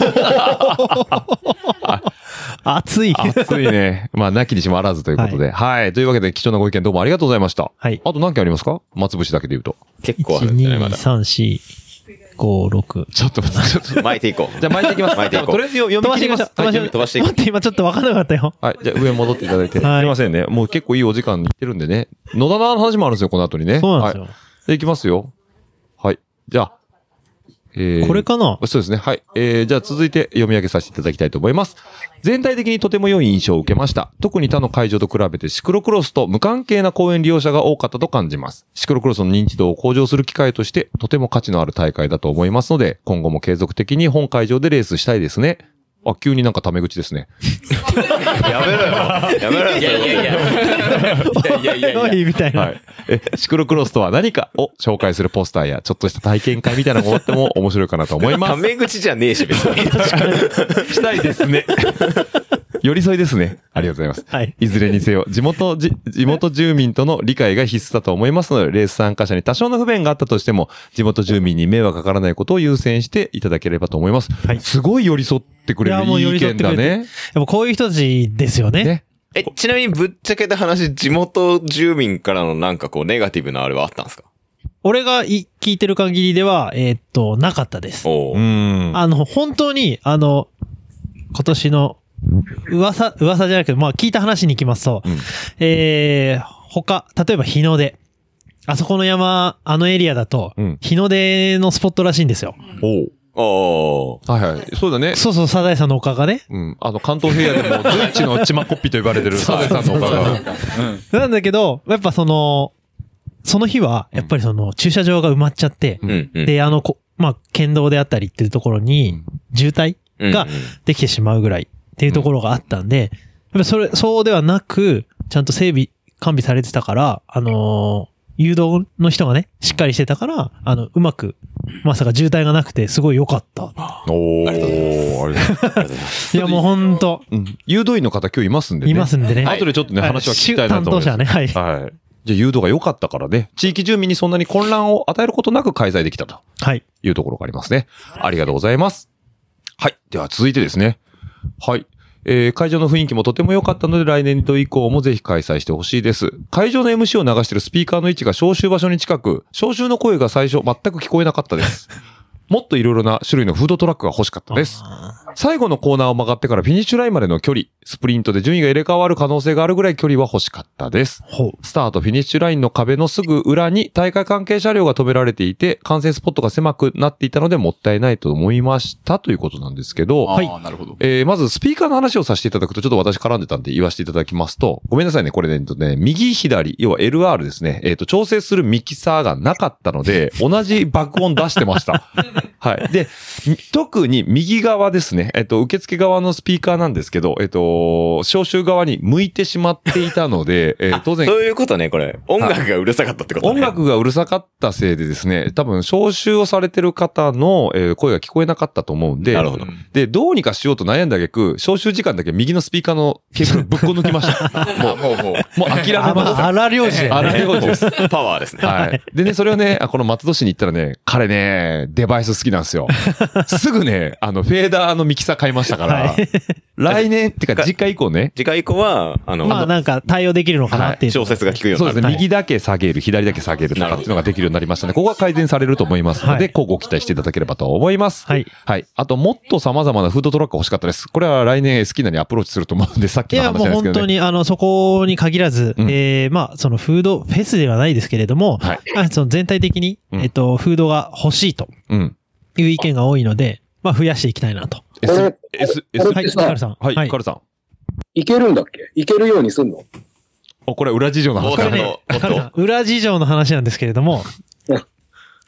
S5: 熱 い。
S4: 熱いね。まあ、なきにしもあらずということで。はい。というわけで、貴重なご意見どうもありがとうございました。
S5: はい
S4: あと何件ありますか松節だけで言うと。
S6: 結構あるんじゃないまだ。
S5: 1,2,3,4,5,6。
S4: ちょっと待って、ちょっと。
S6: 巻いていこ う。
S4: じゃあ巻いていきます。
S6: 巻いていこう
S4: とりあえず読み
S5: 飛ば
S4: 切
S5: して
S4: り
S5: いき
S4: ま。
S5: ますす。飛ばしていき
S6: 飛ば
S5: ま
S6: し
S5: す。
S6: ていこ
S5: 待って、今ちょっと分かんなかったよ。
S4: はい。じゃあ上戻っていただいて。
S5: はい
S4: すいませんね。もう結構いいお時間に来てるんでね。野田の話もあるんですよ、この後にね。
S5: そうなんですよ。
S4: はい。いきますよ。はい。じゃあ。えー
S5: これかな
S4: そうですね。はい。えー、じゃあ続いて読み上げさせていただきたいと思います。全体的にとても良い印象を受けました。特に他の会場と比べてシクロクロスと無関係な公園利用者が多かったと感じます。シクロクロスの認知度を向上する機会としてとても価値のある大会だと思いますので、今後も継続的に本会場でレースしたいですね。あ、急になんかタメ口ですね。
S6: う。やめろよ。やめろよ。
S8: いやいやいや。いやいやいやいや。
S5: おいみたい
S4: は
S5: な。
S4: い。え、シクロクロスとは何かを紹介するポスターや、ちょっとした体験会みたいなのもあっても面白いかなと思いま
S6: タ
S4: す。
S6: メ口じゃねえし、別に。
S4: したいですね。 寄り添いですね。ありがとうございます。
S5: はい。
S4: いずれにせ よ、地元じ、地元住民との理解が必須だと思いますので、レース参加者に多少の不便があったとしても、地元住民に迷惑がかからないことを優先していただければと思います。
S5: はい
S4: すごい寄り添ってくれ
S5: い
S4: る
S5: やもう
S4: い
S5: 寄
S4: い
S5: り
S4: 意
S5: 添っ
S4: 見
S5: てく
S4: だ
S5: れて
S4: ね。
S5: やっぱこういう人たちですよね。
S4: ね。
S6: え、ちなみにぶっちゃけた話、地元住民からのなんかこう、ネガティブなあれはあったんですか
S5: 俺がい聞いてる限りでは、えーっと、なかったです。
S6: お
S4: う
S6: お。
S4: ん。
S5: あの、本当に、あの、今年の、噂、噂じゃなくて、まあ聞いた話に行きますと、
S4: うん
S5: えー、他、例えば日の出。あそこの山、あのエリアだと、
S4: うん
S5: 日の出のスポットらしいんですよ。
S6: お
S4: はいはい。そうだね。
S5: そうそう、サザエさんの丘がね。
S4: うん。あの、関東平野でも随一のちまこっぴと呼ばれてるサザエさんのおかが。
S5: なんだけど、やっぱその、その日は、やっぱりその、駐車場が埋まっちゃって、
S4: う
S6: うんん。うん、
S5: で、あの、こまあ、県道であったりっていうところに、渋滞
S6: うん
S5: ができてしまうぐらいっていうところがあったんで、やっぱそれ、そうではなく、ちゃんと整備、完備されてたから、あのー誘導の人がね、しっかりしてたから、あの、うまく、まさか渋滞がなくて、すごい良かった。
S4: おー。ありがとうございます。
S5: いや、もうほんと、
S4: うん誘導員の方今日いますんでね。
S5: いますんでね。
S4: 後でちょっとね、
S5: はい
S4: 話は聞きたいなと思います。
S5: 担当者ね、はい。
S4: はい。じゃあ誘導が良かったからね、地域住民にそんなに混乱を与えることなく開催できたと
S5: はい。
S4: いうところがありますね。ありがとうございます。はい。では続いてですね。はい。えー、会場の雰囲気もとても良かったので来年度以降もぜひ開催してほしいです。会場の MC を流しているスピーカーの位置が招集場所に近く、招集の声が最初全く聞こえなかったです。もっといろいろな種類のフードトラックが欲しかったです。最後のコーナーを曲がってからフィニッシュラインまでの距離、スプリントで順位が入れ替わる可能性があるぐらい距離は欲しかったです。
S5: ほう。
S4: スタートフィニッシュラインの壁のすぐ裏に大会関係車両が止められていて、完成スポットが狭くなっていたのでもったいないと思いましたということなんですけど、
S8: はい。なるほど。
S4: えー、まずスピーカーの話をさせていただくと、ちょっと私絡んでたんで言わせていただきますと、ごめんなさいね、これね、えっとね右左、要は LR ですね、えっ、と、調整するミキサーがなかったの で、同じ爆音出してました。はい。で、み特に右側ですね、えっ、と、受付側のスピーカーなんですけど、えっ、と、招集側に向いてしまっていたの で、えー当然
S6: そういうことね、これ。音楽がうるさかったってこと
S4: 音
S6: ね。
S4: 楽がうるさかったせいでですね、多分、招集をされてる方のえー声が聞こえなかったと思うんで、
S6: なるほど。
S4: で、どうにかしようと悩んだ逆、招集時間だけ右のスピーカーのケーブルぶっこ抜きま した。もう、
S8: もうもう。
S4: もう諦め
S5: あ、ま
S4: まし
S5: あ、
S4: た。
S5: 荒漁師だよね
S4: あらようです。
S6: パワーですね。
S4: はい。でね、それをね、あこの松戸市に行ったらね、彼ね、デバイイス好きなんですよ。すぐね、あの、フェーダーのミキサー買いましたから、
S5: はい
S4: 来年、ってか次回以降ね、
S6: 次回以降は、あの、
S5: まあなんか対応できるのかなっていう。
S6: 小説が効くように
S4: そう
S6: な
S4: です
S6: る。
S4: ね、
S5: はい
S4: 右だけ下げる、左だけ下げると
S6: な
S4: か
S6: る
S4: っ
S6: ほ
S4: てい
S6: ど
S4: うのができるようになりましたね。ここが改善されると思いますの
S5: は
S4: で、
S5: い
S4: こうご期待していただければと思います。
S5: はい。
S4: はい。あと、もっと様々なフードトラックが欲しかったです。これは来年好きなにアプローチすると思うんで、さっ
S5: い
S4: きの
S5: や、
S4: 話
S5: も
S4: な
S5: うん
S4: ですけ
S5: 本
S4: ど
S5: 当
S4: ね。
S5: に、あの、そこに限らず、
S4: うん
S5: えーまあ、そのフードフェスではないですけれども、
S4: はい
S5: あその全体的に、
S4: うん
S5: えっと、フードが欲しいと
S4: うん。
S5: いう意見が多いので、まあ、増やしていきたいなと。
S9: こ
S4: S
S9: れ、、
S4: S、
S9: こ
S4: S、
S5: はい、
S9: そう
S5: カールさん。
S4: はい、カ
S5: こ
S4: ルさん。
S9: いけるんだっけいけるようにすんの
S4: お、これは裏事情の話
S5: れ
S4: だ
S5: ね
S4: ね。、
S5: カールさん裏事情の話なんですけれど も
S9: うん、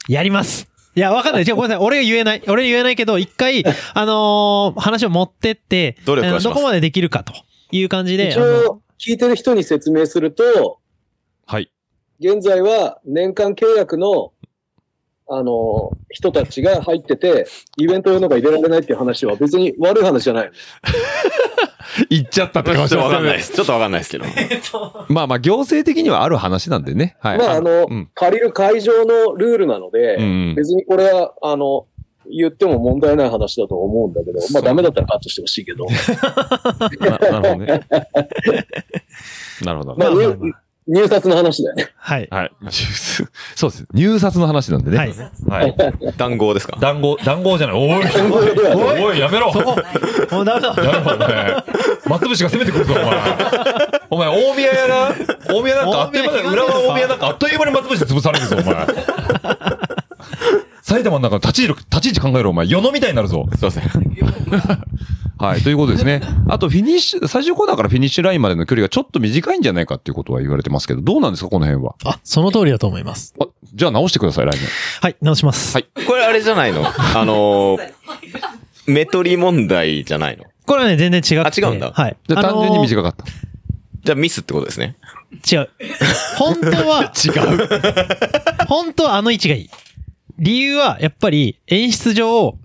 S5: やります。いや、わかんない。じゃあごめんなさい。俺が言えない。俺が言えないけど、一回、あのー話を持ってって、
S6: 努力
S5: あの
S6: はし
S5: ど
S6: ます
S5: こまでできるかという感じで、
S9: 一
S5: あの
S9: 応、聞いてる人に説明すると、
S4: はい。
S9: 現在は年間契約の、あの、人たちが入ってて、イベント用のが入れられないっていう話は別に悪い話じゃない。
S4: 言っちゃったって
S6: ちょ
S4: 顔
S6: っ
S4: して
S6: とわ
S4: ま
S6: か
S4: す
S6: んないです。ちょっとわかんないですけど。
S4: まあまあ、行政的にはある話なんでね。はい。
S9: まあ、あの、
S4: うん
S9: 借りる会場のルールなので、
S4: うん
S9: 別にこれは、あの、言っても問題ない話だと思うんだけど、まあダメだったらカットしてほしい けど、
S4: ななるほどね。なるほど。
S9: ま
S5: ま
S9: あ、
S5: あまあ
S9: 入入札の話だよね。
S5: はい。
S4: はい。 そうです。入札の話なんでね。
S5: はい。
S4: はい。
S6: 談合ですか
S4: 談合、談合じゃない。おい、おい、やめろ。
S5: もうダメだ。
S4: やめろ、お前。松節が攻めてくるぞ、 お前。お前、大宮やな。大宮なんかあっという間だ。
S5: 大宮
S4: 裏は大宮なんかあっという間に松節潰されるぞ、お 前。埼玉の中の立ち位置、立ち位置考えろ、お前。世のみたいになるぞ。
S6: すいません。
S4: はい、ということですね。あと、フィニッシュ、最終コーナーからフィニッシュラインまでの距離がちょっと短いんじゃないかっていうことは言われてますけど、どうなんですか、この辺は。
S5: あ、その通りだと思います。
S4: あ、じゃあ直してください、来年。
S5: はい、直します。
S4: はい
S6: これあれじゃな いのあの、メトリ問題じゃないの
S5: これはね、全然違う。
S6: あ違うんだ
S5: はい。
S4: じゃあ単純に
S5: い。
S4: 短かった。
S6: じゃあミスってことですね。
S5: 違う。 本当は、
S4: 違う。
S5: 本当はあの位置がいい。理由は、やっぱり、演出上、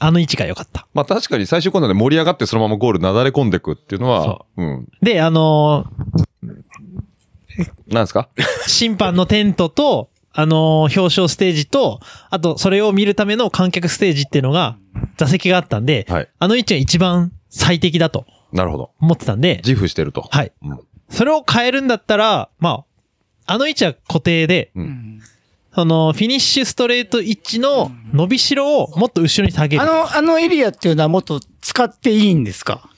S5: あの位置が良かった。
S4: まあ確かに最終コーナーで盛り上がってそのままゴールなだれ込んでくっていうのは
S5: そ、
S4: うん。
S5: で、あの
S4: なんですか
S5: ー審判のテントと、あのー表彰ステージと、あと、それを見るための観客ステージっていうのが、座席があったんで、
S4: はい
S5: あの位置が一番最適だと
S4: なるほど。
S5: 思ってたんで、
S4: 自負してると。
S5: はい。
S4: うん
S5: それを変えるんだったら、まあ、あの位置は固定で、
S4: うん
S5: その、フィニッシュストレート位置の伸びしろをもっと後ろに下げる。
S7: あの、あのエリアっていうのはもっと使っていいんですか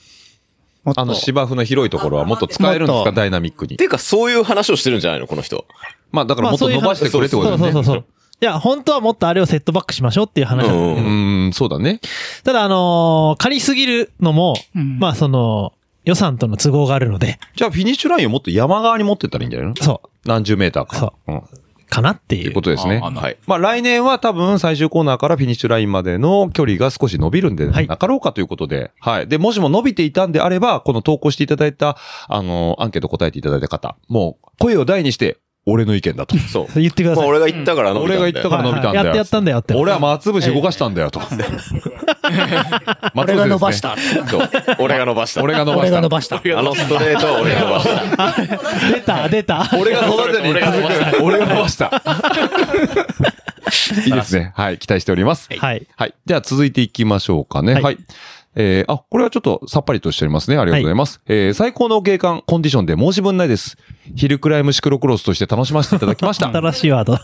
S7: もっと
S4: あの芝生の広いところはもっと使えるんです
S7: もっ
S4: か、
S7: と
S4: ダイナミックに
S6: て。いうか、そういう話をしてるんじゃないのこの人。
S4: まあだからもっと伸ばしてくれってことだよ
S5: そう
S4: ね。
S5: そうそうそう。いや、本当はもっとあれをセットバックしましょうっていう話だった。
S4: うーん、そうだね。
S5: ただ、あのー借りすぎるのも、
S7: うん
S5: まあ、その、予算との都合があるので、
S4: じゃあフィニッシュラインをもっと山側に持ってったらいいんじゃないの
S5: そ
S4: 何十メーターか。
S5: そ
S4: うん。っ
S5: う、かなってい
S4: て
S5: う。
S4: ことですね。
S8: ああの
S6: はい。
S4: まあ来年は多分最終コーナーからフィニッシュラインまでの距離が少し伸びるんで
S5: はい
S4: なかろうかということで、はい、で、もしも伸びていたんであれば、この投稿していただいた、あの、アンケート答えていただいた方、もう声を大にして、俺の意見だと。
S6: そう。
S5: 言ってくだ
S6: ま
S5: さ
S6: あ
S5: い。
S6: 俺が言ったから伸びたん
S4: 俺
S6: だ
S4: が
S6: よ
S4: 言ったから伸びたんだよ。
S5: はいはいやってやったんだよって
S4: 俺は松節動かしたんだよと。
S7: 俺が伸ばし。た。
S6: そう。俺が伸ばした。
S4: 俺が伸ば
S7: 俺
S4: し
S7: が伸
S4: た。
S7: ばした。
S6: あのストレートは俺が伸 ばした。
S5: 出た、出た。
S4: 俺が育てに続く。 俺が伸ばした。いいですね。はい。期待しております。
S5: はい。
S4: はい。では続いていきましょうかね。は。
S5: はいい
S4: えー、あ、これはちょっとさっぱりとしておりますね。ありがとうございます。えー、最高の景観、コンディションで申し分ないです。ヒルクライムシクロクロスとして楽しませていただきました。
S5: 新しいワード。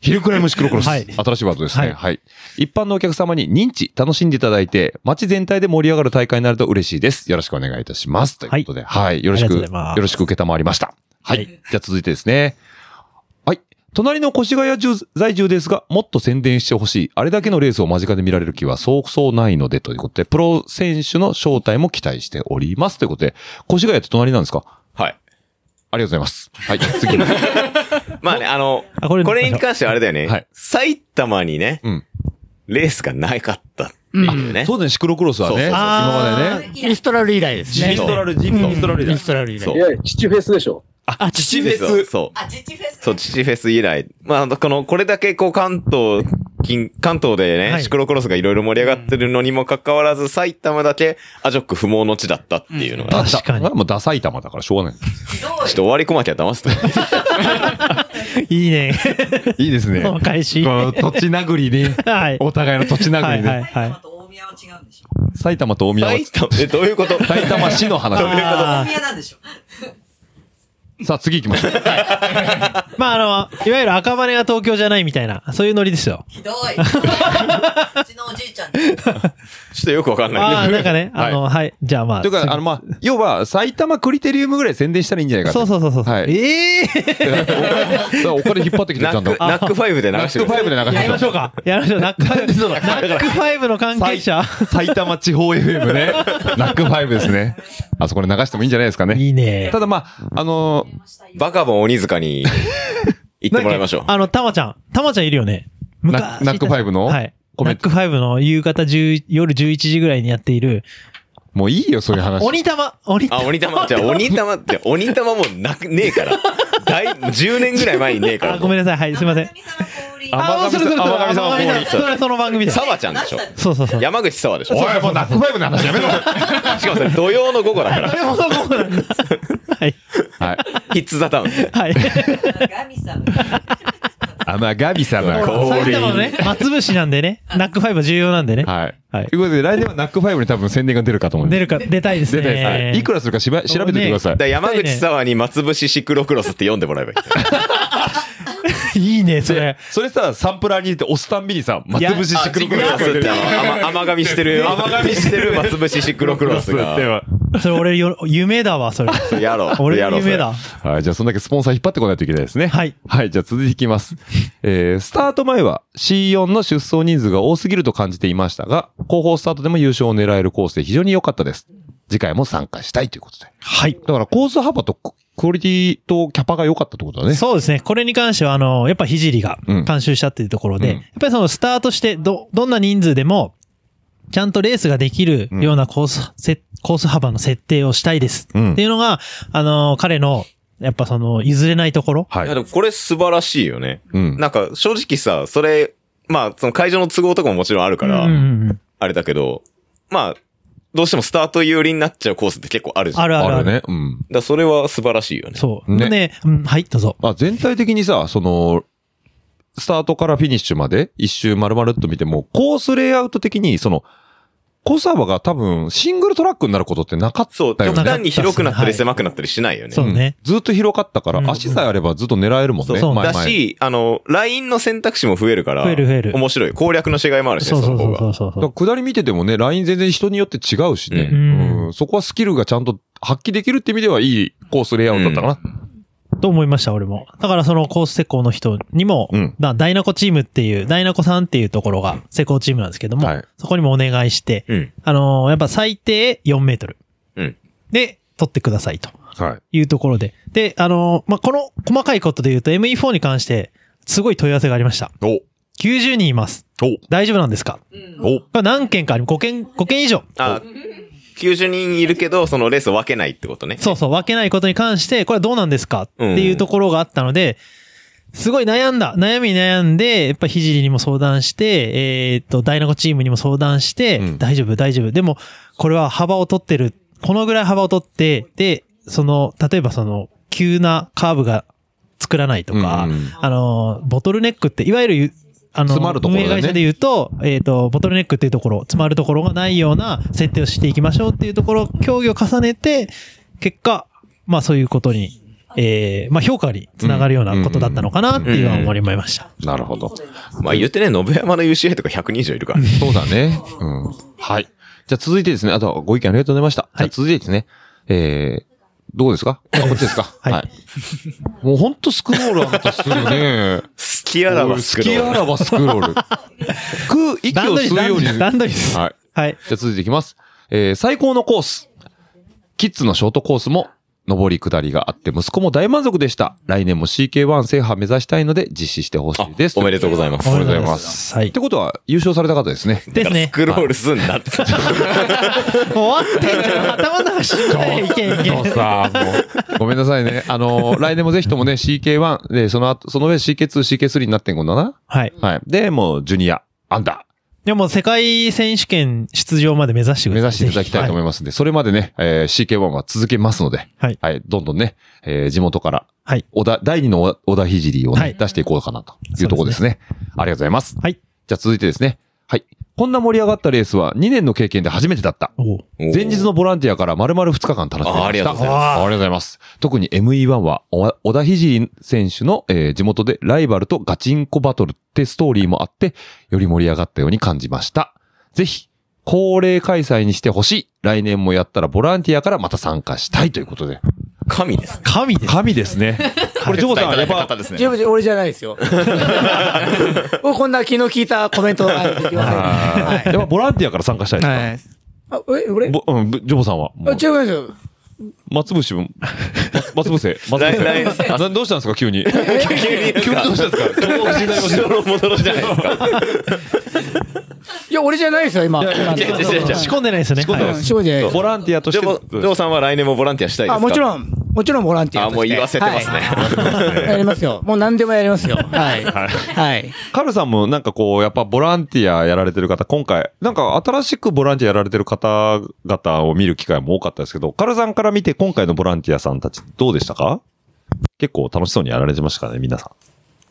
S4: ヒルクライムシクロクロス。
S5: はい
S4: 新しいワードですね、は。
S5: はいい
S4: 一般のお客様に認知、楽しんでいただいて、街全体で盛り上がる大会になると嬉しいです。よろしくお願いいたします。ということで、はい。よろし
S5: あ
S4: く、
S5: りがとうござい
S4: よ
S5: ます
S4: ろしく受けたまわりました。はい。
S5: はい
S4: じゃあ続いてですね。はい。隣の越谷住在住ですが、もっと宣伝してほしい。あれだけのレースを間近で見られる気はそうそうないので、ということで、プロ選手の招待も期待しております。ということで、越谷って隣なんですか
S6: はい。
S4: ありがとうございます。はい、 次。
S6: まあね、あの、
S5: あこれ
S6: これに関してはあれだよね。
S4: はい
S6: 埼玉にね、
S4: うん
S6: レースがなかったっていうね。
S4: そうだね、シクロクロスは
S6: そうそう
S4: ね、
S6: そう
S4: 今までね。
S7: イリストラル以来ですね。
S6: リストラ
S4: ル、ジ
S7: うん
S4: ストラル
S7: イリストラル以
S6: そ
S7: 来
S6: う
S9: い。や、父フェスでしょ。
S6: あ、父フェス。そう。
S1: あ、父フェス
S6: そう、父フェス以来。まあ、この、これだけこう関東近、関東でね、
S5: はい
S6: シクロクロスがいろいろ盛り上がってるのにもかかわらず、埼玉だけアジョック不毛の地だったっていうのが、
S5: 確かに
S4: だもうダサい玉だからしょうがない。
S6: ちょっと終わり小牧は騙すと。
S5: いいね。
S4: いいです ね
S5: この返し。は
S4: 土地殴りね。
S5: い。はい
S4: お互いの土地殴
S5: は
S4: り
S5: い
S4: ね。
S5: はい。
S1: 大宮は違うんでしょ
S4: 埼玉と大宮は
S6: 埼玉、 え、どういうこと
S4: 埼玉市の 話。
S5: あー
S1: 宮なんでしょ
S4: さあ、次行き ましょう。
S5: まあ、あの、いわゆる赤羽が東京じゃないみたいな、そういうノリですよ。
S1: ひどいうちのおじいちゃん
S6: ちょっとよくわかん
S5: あ
S6: ない
S5: あ、なんか ね、あの、はい。じゃあまあ。
S4: というか、あの、まあ、要は、埼玉クリテリウムぐらい宣伝したらいいんじゃないか
S5: そ
S4: と
S5: うそうそうそう。
S4: はい
S5: ええー、
S4: そう。お金引っ張ってきて、ち
S6: ナ
S4: ゃん
S6: ッ
S4: と
S6: ク、。ナックファイブで流
S4: ナ
S6: して
S4: ッ
S6: く
S4: クフ
S6: だ
S4: ァ
S6: さ
S4: イブ
S6: い
S4: で流
S5: やりま
S4: し
S5: しょうか。やりましょう。ナックファイブ。ナックファイブの関係者。
S4: 埼玉地方 FM ね。ナックファイブですね。あそこで流してもいいんじゃないですかね。
S5: いいね。
S4: ただまあ、あの
S6: バカボン鬼塚に行ってもらいましょう。
S5: あの、たまちゃん。たまちゃんいるよね。
S4: ナ
S5: 昔。
S4: ナックファイブの
S5: はい。
S4: コメ
S5: ナ
S4: ン
S5: ッ
S4: ト
S5: クファイブの夕方10、夜11時ぐらいにやっている、
S4: もういいよ、そういう話。
S5: 鬼玉、鬼
S6: あ、
S5: 玉。
S6: 鬼玉、じゃあ鬼玉って、鬼玉もうなく、ねえから。だい、10年ぐらい前にねえから。
S5: あ、ごめんなさい。はい、すいません。あ、
S4: 甘
S5: そ
S4: 神
S5: れ
S4: 様
S5: それそれ。
S4: 甘神様
S5: 甘神
S4: 降
S5: 様
S4: り
S5: それその番組で。
S6: サ
S5: そ
S6: ワちゃんでしょ。
S5: うそうそう。
S6: 山口サワでしょ。
S4: おい、もうナックファイブの話やめろは
S6: しかもそれ土曜の午後だから。
S5: はい。
S4: い。
S6: ヒッツザタウン。
S5: はい。
S4: 甘神様降
S5: 埼
S4: 臨。
S5: 玉のね、松節なんでね、ナックファイブは重要なんでね。
S4: はい。
S5: はい
S4: ということで、来年はナックファイブに多分宣伝が出るかと思います。
S5: 出るか、出たいですね。
S4: 出たいですね。いくらするかしば調べておいてください
S6: だか。ら山口サワに松節シクロクロスって読んでもらえばいい。
S5: いいね、そ
S4: で
S5: れ。
S4: それさ、サンプラーに入れて押すたんびにさ、松節シクロクロス
S6: あそうやってあの甘甘噛みしてる。甘噛みしてる松節シクロクロスが。
S5: それ俺よ、夢だわ、それ。
S6: やろう。
S5: 俺
S6: や
S5: の
S6: ろう。それ
S5: 夢だ。
S4: はい、じゃあそんだけスポンサー引っ張ってこないといけないですね。
S5: はい。
S4: はい、じゃあ続いていき ます。えー、スタート前は C4 の出走人数が多すぎると感じていましたが、後方スタートでも優勝を狙えるコースで非常に良かったです。次回も参加したいということで。
S5: はい。
S4: だからコース幅とククオリティとキャパが良かったってことだね。
S5: そうですね。これに関しては、あの、やっぱひじりが
S4: うん
S5: 監修したっていうところで、
S4: うん
S5: やっぱりそのスタートして、ど、どんな人数でも、ちゃんとレースができるようなコース、せコース幅の設定をしたいです。
S4: うん
S5: っていうのが、あの、彼の、やっぱその、譲れないところ。
S4: はい
S6: いや、でもこれ素晴らしいよね。
S4: うん。
S6: なんか、正直さ、それ、まあ、その会場の都合とかももちろんあるか
S5: うんう
S6: ら、
S5: んうん
S6: あれだけど、まあ、どうしてもスタート有利になっちゃうコースって結構あるじゃん。
S5: あるあるある。
S4: あるね。うん。
S6: だからそれは素晴らしいよね。
S5: そう。
S4: ね
S5: ねうん、はい、どうぞ。
S4: まあ全体的にさ、その、スタートからフィニッシュまで一周丸々っと見ても、コースレイアウト的に、その、コース幅が多分シングルトラックになることってなかっ
S6: そう、
S4: だよ
S6: 極
S4: ね
S6: 端に広くなった
S5: は
S6: り
S5: い
S6: 狭くなったりしないよね。
S5: そうね。
S4: ずっと広かったか
S5: う
S4: ら、
S5: ん
S4: 足さえあればずっと狙えるもんね。
S5: そう
S4: 前
S6: だ
S4: 々
S6: し、あの、ラインの選択肢も増えるから、
S5: 増える増える
S6: 面白い。攻略の違いもあるし
S5: そ
S6: ね、
S5: う
S6: そ
S5: そ
S6: の
S5: うそ
S6: 方
S5: うそ
S6: が。
S5: うそう
S4: だから下り見ててもね、ライン全然人によって違うしね。
S5: う
S4: うんんそこはスキルがちゃんと発揮できるって意味ではいいコースレイアウトだったかな。
S5: と思いました、俺も。だからそのコース施工の人にも、
S4: うん
S5: だダイナコチームっていう、ダイナコさんっていうところが施工チームなんですけども、
S4: はい
S5: そこにもお願いして、
S6: うん。
S5: あのーやっぱ最低4メートル。
S6: うん
S5: で、取ってくださいと
S4: はい。
S5: いうところで。で、あのーまあ、この細かいことで言うと ME4 に関して、すごい問い合わせがありました。
S4: お、
S5: 90人います。
S4: お、
S5: 大丈夫なんですか
S4: お、
S5: これ何件かあり、5件、5件以上。
S6: あ、90人いるけど、そのレースを分けないってことね。
S5: そうそう、分けないことに関して、これはどうなんですかっていうところがあったので、すごい悩んだ。悩みに悩んで、やっぱひじりにも相談して、えーっと、ダイナゴチームにも相談して、
S4: うん
S5: 大丈夫、大丈夫。でも、これは幅を取ってる。このぐらい幅を取って、で、その、例えばその、急なカーブが作らないとか、
S4: うんうん
S5: あの、ボトルネックって、いわゆる、あの、
S4: 詰まるところだよね
S5: 運営会社で言うと、えっ、と、ボトルネックっていうところ、詰まるところがないような設定をしていきましょうっていうところ、協議を重ねて、結果、まあそういうことに、えー、まあ評価につながるようなことだったのかなっていうのは思いました。
S4: なるほど。
S6: まあ言ってね、信山の UCI とか100人以上いるから。
S4: そうだね。うん。はい。じゃあ続いてですね、あとはご意見ありがとうございました。じゃあ続いてですね、えー、どうですかあこっちですか
S5: はい
S4: もうほんとスクロールあったっすよね。
S6: 好きやらばスクロ
S4: 好きあ
S6: ール。
S4: らばスクロール。く、息
S5: 段
S4: を
S5: 取り、
S4: 吸うように。
S5: 段取りです。
S4: はい。
S5: はい。
S4: じゃあ続いていきます。えー、最高のコース。キッズのショートコースも、上り下りがあって、息子も大満足でした。来年も CK1 制覇目指したいので実施してほしいです。
S6: おめでとうございます
S4: おめでとうございます。
S5: は
S4: っ
S5: い。
S4: てことは、優勝された方ですね。
S5: ですね
S6: ス。クロールすんなって。
S5: 終わってんじゃん。頭の中しんどい。いけいけ。
S4: さあ、もう、ごめんなさいね。あのー来年もぜひともね、CK1 で、その後、その上 CK2、CK3 になってんのか
S5: はい。
S4: なはい。で、もう、ジュニア、アンダー。
S5: でも、世界選手権出場まで目指してく
S4: 目
S5: ださい。
S4: 指していただきたいと思
S5: い
S4: いますんで、それまでね、えー CK1 は続けますので、
S5: はい
S4: どんどんね、えー地元から、
S5: はい
S4: 小田、第2の小田小田ひじりをね、
S5: はい
S4: 出していこうかなというところですね。ありがとうございます。
S5: はい
S4: じゃあ続いてですね。はい。こんな盛り上がったレースは2年の経験で初めてだった。
S5: はい。おう
S4: 前日のボランティアから丸々2日間楽しみました。
S6: あありがとうござい
S5: ます
S4: あありがとうございます。特に ME1 は、お小田ひじり選手の、えー地元でライバルとガチンコバトルってストーリーもあって、より盛り上がったように感じました。ぜひ、恒例開催にしてほしい。来年もやったらボランティアからまた参加したいということで。
S6: 神です。
S5: 神です。
S4: 神ですね。これ、ジョーさん、やっぱ、
S8: ですね
S7: ジ。ェブジ俺じゃないです よ。僕こんな気の利いたコメントはできません。
S4: あーやっぱボランティアから参加したいですか、
S7: はい。 あ、え、俺
S4: ぼうん、ぶジョボさんは。も
S7: あ、
S4: う
S7: 違いますよ。
S4: 松伏 も、松伏、松伏。
S6: 来来
S4: などうしたんですか、 急に。急に、急にどうしたんですかどうしたんですか
S6: 後ろ戻ろじゃ ないですか。
S7: いや、俺じゃないですよ、 今。今の
S6: いやいやいやいやいや
S5: 仕込んでないですよね。
S4: 込んでない
S7: うん仕事じゃないです
S4: ボランティアとし
S6: ジ
S4: て。
S6: ョボジョーさんは来年もボランティアしたいですか
S7: あ、もち
S6: ん。
S7: ろん、もちろんボランティア
S6: あ、
S7: として。
S6: もう言わせてますね。
S7: はい。やりますよ。もう何でもやりますよ。はい。はい。
S4: カルさんもなんかこう、やっぱボランティアやられてる方、今回、なんか新しくボランティアやられてる方々を見る機会も多かったですけど、カルさんから見て今回のボランティアさんたちどうでしたか結構楽しそうにやられてましたかね、皆さ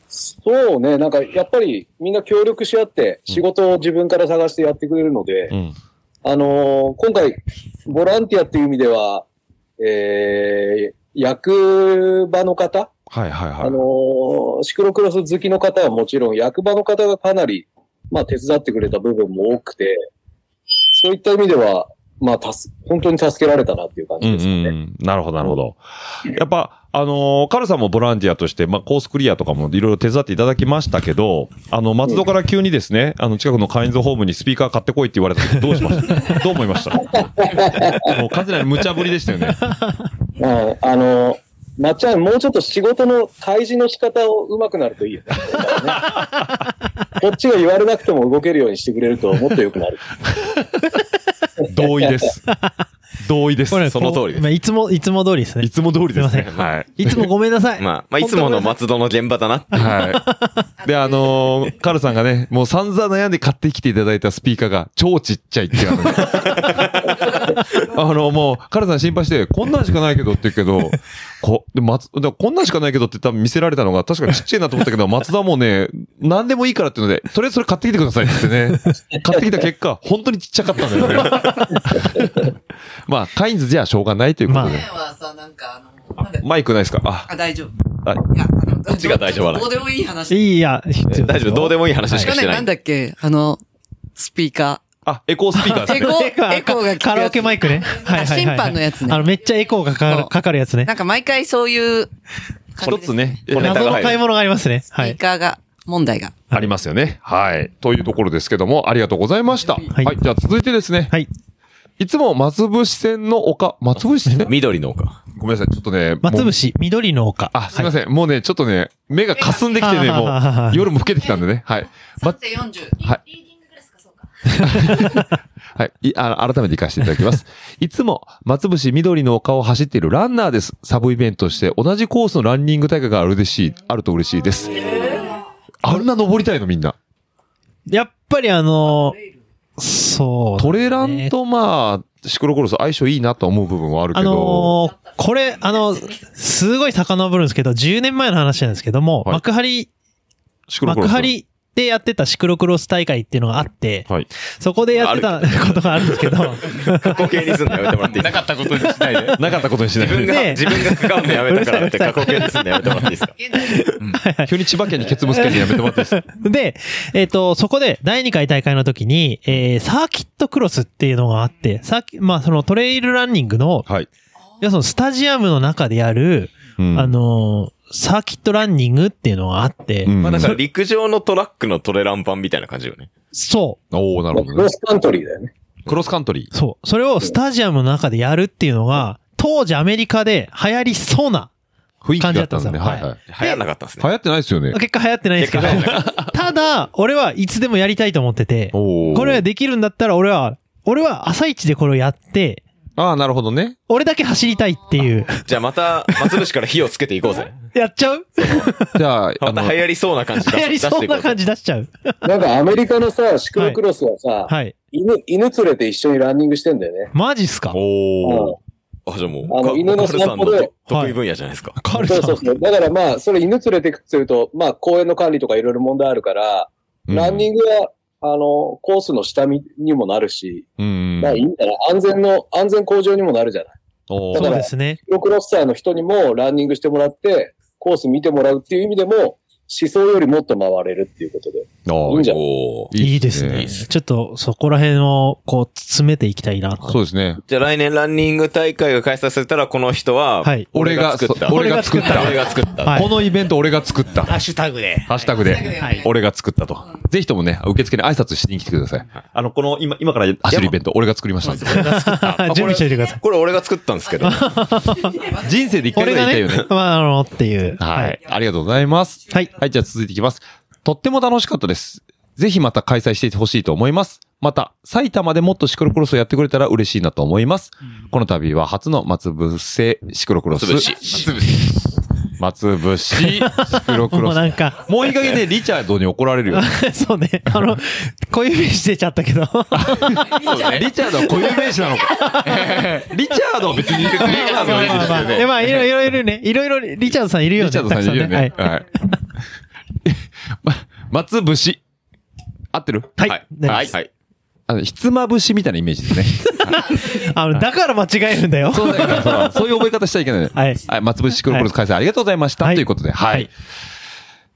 S9: そうね、なんかやっぱりみんな協力し合って仕事を自分から探してやってくれるので、
S4: ん。うん。
S9: あのー今回、ボランティアっていう意味では、えー、役場の方、
S4: はいはいはい。
S9: あのーシクロクロス好きの方はもちろん、役場の方がかなり、まあ、手伝ってくれた部分も多くて、そういった意味では、まあ、助本当に助けられたなっていう感
S4: う
S9: じ
S4: ん
S9: ですよね。
S4: うんうん。なるほど、なるほど。やっぱ、あのーカルさんもボランティアとして、まあ、コースクリアとかもいろいろ手伝っていただきましたけど、あの、松戸から急にですね、あの、近くのカインズホームにスピーカー買ってこいって言われた時、どうしました どう思いましたもう完全なる無茶ぶりでしたよね。
S9: うんあのーまっちゃん、もうちょっと仕事の開示の仕方を上手くなるとい いよね。こっちが言われなくても動けるようにしてくれるともっと良くなる。
S4: 同意です。同 意です。
S5: これ
S4: その通りで
S5: まあ、いつも、いつも通りです
S4: す。い
S5: ね。
S4: つも通りですね。
S5: すいません
S4: はい。
S5: いつもごめんなさい。
S6: まあ、まあ、いつもの松戸の現場だな。
S4: はい。で、あのーカルさんがね、もう散々悩んで買ってきていただいたスピーカーが超ちっちゃいっていうあのねあの、もう、カルさん心配して、こんなんしかないけどって言うけど、こ、で、松、でこんなんしかないけどって多分見せられたのが確かにちっちゃいなと思ったけど、松田はもうね、何でもいいからっていうので、とりあえずそれ買ってきてくださいって言ってね、買ってきた結果、本当にちっちゃかったんだよね。まあ、カインズじゃあしょうがないということ
S5: ま
S4: で。
S1: 前はさ、なんかあの、なんだ
S4: マイクないですかあ、
S1: あ、大丈夫。
S4: はい
S1: いや、あの、どっ
S6: ちが大丈夫はない
S1: どうでもいい話。
S5: いいや、必要
S6: 大丈夫、どうでもいい話しか
S1: 去
S6: して
S1: 年
S6: な
S1: ないん。だっけあの、スピーカ
S4: あ、エコースピーカーです
S1: ー。
S4: ね
S1: エコ ー、エコーが聞くやつ
S5: カラオケマイクね。はいはいはい。
S1: 審判のやつね
S5: あの、めっちゃエコーがかかるかかるやつね
S1: な。んか毎回そういう、
S4: 一つ。ね、
S6: 小ネタ
S5: 謎
S6: が
S5: の買
S6: 入
S5: い
S6: る。
S5: 物がありますね。
S1: スピ
S5: は
S1: ー
S5: い。
S1: カーが、問題が。
S4: ありますよね。はい。というところですけども、ありがとうございました。はいい。じゃあ続いてですね。
S5: はい。
S4: いつも松伏線の丘、松伏線
S6: 緑の丘。
S4: ごめんなさい。ちょっとね。
S5: 松
S4: もう
S5: 伏、緑の丘。
S4: あ、すいません。もうね、ちょっとね、目が霞んできてね、
S5: はあ
S4: も
S5: はあはあはあ
S4: う、夜も更けてきたんで ね。はい。ま、
S1: 3.40。
S4: はい。いあ改めて行かせていただき ます。いつも、松伏緑の丘を走っているランナーです。サブイベントして、同じコースのランニング大会があるでしい、あると嬉しいです。あんな登りたいの、みんな。
S5: やっぱりあのー、そう。
S4: トレランと、まあ、シクロクロス相性いいなと思う部分はあるけ
S5: あ
S4: ど。
S5: のー、これ、あの、すごい遡るんですけど、10年前の話なんですけども、
S4: はい
S5: 幕張、
S4: シクロクロ
S5: 幕
S4: ス。
S5: 張でやってたシクロクロス大会っていうのがあって、
S4: はい。
S5: そこでやってたことがあるんですけ ど、
S6: 過去形にすんのやめてもらっていいで
S8: な
S6: すか
S8: かったことにしない で。
S4: なかったことにしない
S6: 自分
S4: で。
S6: が、
S5: ね
S6: 自分が関わるのやめたからって 過去形にすんのやめてもらっていいですか
S4: 急に千葉県にケツぶつ けてやめてもらっていいですか
S5: で、えっ、と、そこで第2回大会の時に、えー、サーキットクロスっていうのがあって、サーキまあそのトレイルランニングの、
S4: はい。
S5: 要はそのスタジアムの中でやる、
S4: うん
S5: あ、のーサーキットランニングっていうのがあって、
S4: うん
S6: まあだから陸上のトラックのトレラン版みたいな感じよね。
S5: そ
S4: おおなるほ
S9: ク
S4: ど
S9: ロ
S4: ね。
S9: スカントリーだよね。
S4: クロスカントリ
S5: う、そう、それをスタジアムの中でやるっていうのが、当時アメリカで流行りそうな、
S4: 雰囲気だったんで、
S5: 感じだったんですよ
S4: はいはい。
S6: 流行んなかったんです
S4: 流
S6: ね。
S4: 行ってないですよね。
S5: 結果流行ってないんですけど、ただ、俺はいつでもやりたいと思ってて、
S4: おー
S5: これができるんだったら俺は、俺は朝一でこれをやって、
S4: ああ、なるほどね。
S5: 俺だけ走りたいっていう。
S6: じゃあまた、松主から火をつけていこうぜ。
S5: やっちゃう
S4: じゃあ、あ
S6: また
S4: の、
S6: 流行りそうな感じ
S5: 流
S6: 出
S5: 行り
S6: し出し
S5: そ
S6: て
S5: う
S6: いこ
S5: な
S6: うぜ
S5: 感。じ出しちゃう。
S9: なんかアメリカのさ、シクロクロスはさ、
S5: はい。
S9: 犬、犬連れて一緒にランニングしてんだよね。
S5: マジっすか
S4: おー。
S6: あ、じゃあも
S9: あの
S6: う、
S9: 犬の
S6: カルさんの
S9: 散歩で
S6: 得意分野じゃないですか。
S5: カールさ
S9: そ
S5: ん
S9: う。そうそう。だからまあ、それ犬連れてくってると、まあ、公園の管理とかいろいろ問題あるから、ランニ
S4: ン
S9: ングは、あの、コースの下見にもなるし、
S4: グ。うん
S9: まあい。いんだな。安全の、安全向上にもなるじゃない。
S4: お
S9: だ
S5: そ
S9: か
S5: う
S9: ら
S5: ですね。
S9: プロクロスターの人にもランニングしてもらって、コース見てもらうっていう意味でも、思想よりもっと回れるっていうことで。いいんじゃ
S4: ー
S9: ない
S6: おー
S5: いいです
S6: いい
S5: ね。
S6: っす
S5: ちょっとそこら辺をこう詰めていきたいなと。
S4: そうですね。
S6: じゃあ来年ランニング大会が開催されたら、この人は、
S5: はい
S6: 俺が作った。
S4: 俺が作った。
S6: 俺が作った。
S5: はい
S4: このイベント俺が作った。
S7: ハッシュタグで。
S4: ハッシュタグで、俺が作ったと。ぜひともね、受付に挨拶しに来てください。あの、この、今、今から走るイベント、俺が作りましたんで。
S5: 準備しといてください。
S6: これ俺が作ったんですけど。
S4: 人生で一回ぐ
S5: 俺
S4: ら
S5: が
S4: い言い
S5: ね
S4: たいよね、。
S5: まあ、あの、っていう。
S4: はい。。ありがとうございます。
S5: はい。
S4: はい、じゃあ続いていきます。とっても楽しかったです。ぜひまた開催していてほしいと思います。また、埼玉でもっとシクロクロスをやってくれたら嬉しいなと思います。この度は初の松伏シクロクロス。
S6: 松伏
S4: 松伏 シクロク
S5: も
S4: ロ
S5: うなん
S4: ス。
S5: か、
S4: もういい加減でリチャードに怒られるよね。
S5: そうね。あの、小指してちゃったけど。
S4: リチャードは固有名詞なのか。リチャードは別に言ってない
S5: ま あまあまあまあでまあ、いろいろいるね。いろいろリチャードさんいるよね。
S4: リチャードさんいるよね。
S5: たくさん
S4: はい。 ま松節。合ってる
S5: はい。
S6: はい。
S5: は。
S6: はいい。はい。
S4: あの、ひつまぶしみたいなイメージですね。
S5: あの、だから間違えるんだよ。
S4: そうだよそうそういう覚え方しちゃいけないね。
S5: はい。
S4: はい。松節黒ロス開催ありがとうございました。
S5: はい
S4: ということで、は
S5: はいい。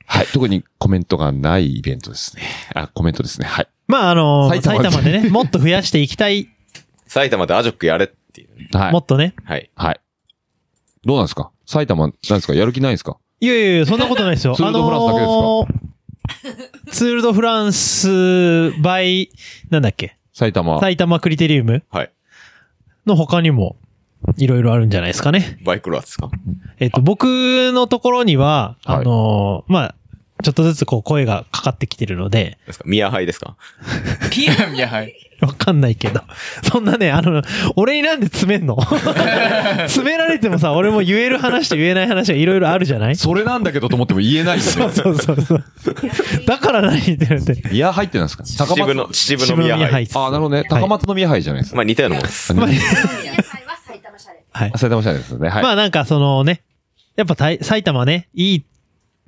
S4: はい。特にコメントがないイベントですね。あ、コメントですね。はい。
S5: まあ、あの、
S4: 埼
S5: 埼
S4: 玉で
S5: 玉 でね、もっと増やしていきたい。
S6: 埼玉でアジョックやれっていうね。
S4: は
S5: も
S4: い。
S5: っとね。
S6: はい。
S4: はい。どうなんですか埼玉、なんですかやる気ないんですか
S5: いやいやいや、そんなことないですよ。
S4: ツールドフランスだけですか
S5: あのーツールドフランス by、なんだっけ
S4: 埼玉。
S5: 埼玉クリテリウム
S6: はい
S5: の他にも、いろいろあるんじゃないですかね。
S6: バイクロアですか
S5: えっと、僕のところには、
S4: はい
S5: あのーまあ、ちょっとずつこう声がかかってきてるので、
S6: ですかミアハイですか
S8: ピアミやはい。
S5: わかんないけど。そんなね、あの、俺になんで詰めんの詰められてもさ、俺も言える話と言えない話がいろいろあるじゃないそ
S4: それなんだけどと思っても言えないですね
S5: う。そうそうそう。だから何ってなって。
S4: いや入ってなんですか高松の
S6: 秩父の、。秩父のミアハイ。
S5: 秩父
S4: あ
S5: の宮杯
S4: あ、なるほどね。
S5: はい
S4: 高松の宮杯じゃないですか。
S6: まあ似たようなもんです。
S4: あね
S5: はい
S4: あ。埼玉市内ですね。はい。
S5: まあなんかそのね、やっぱたい埼玉ね、いい、い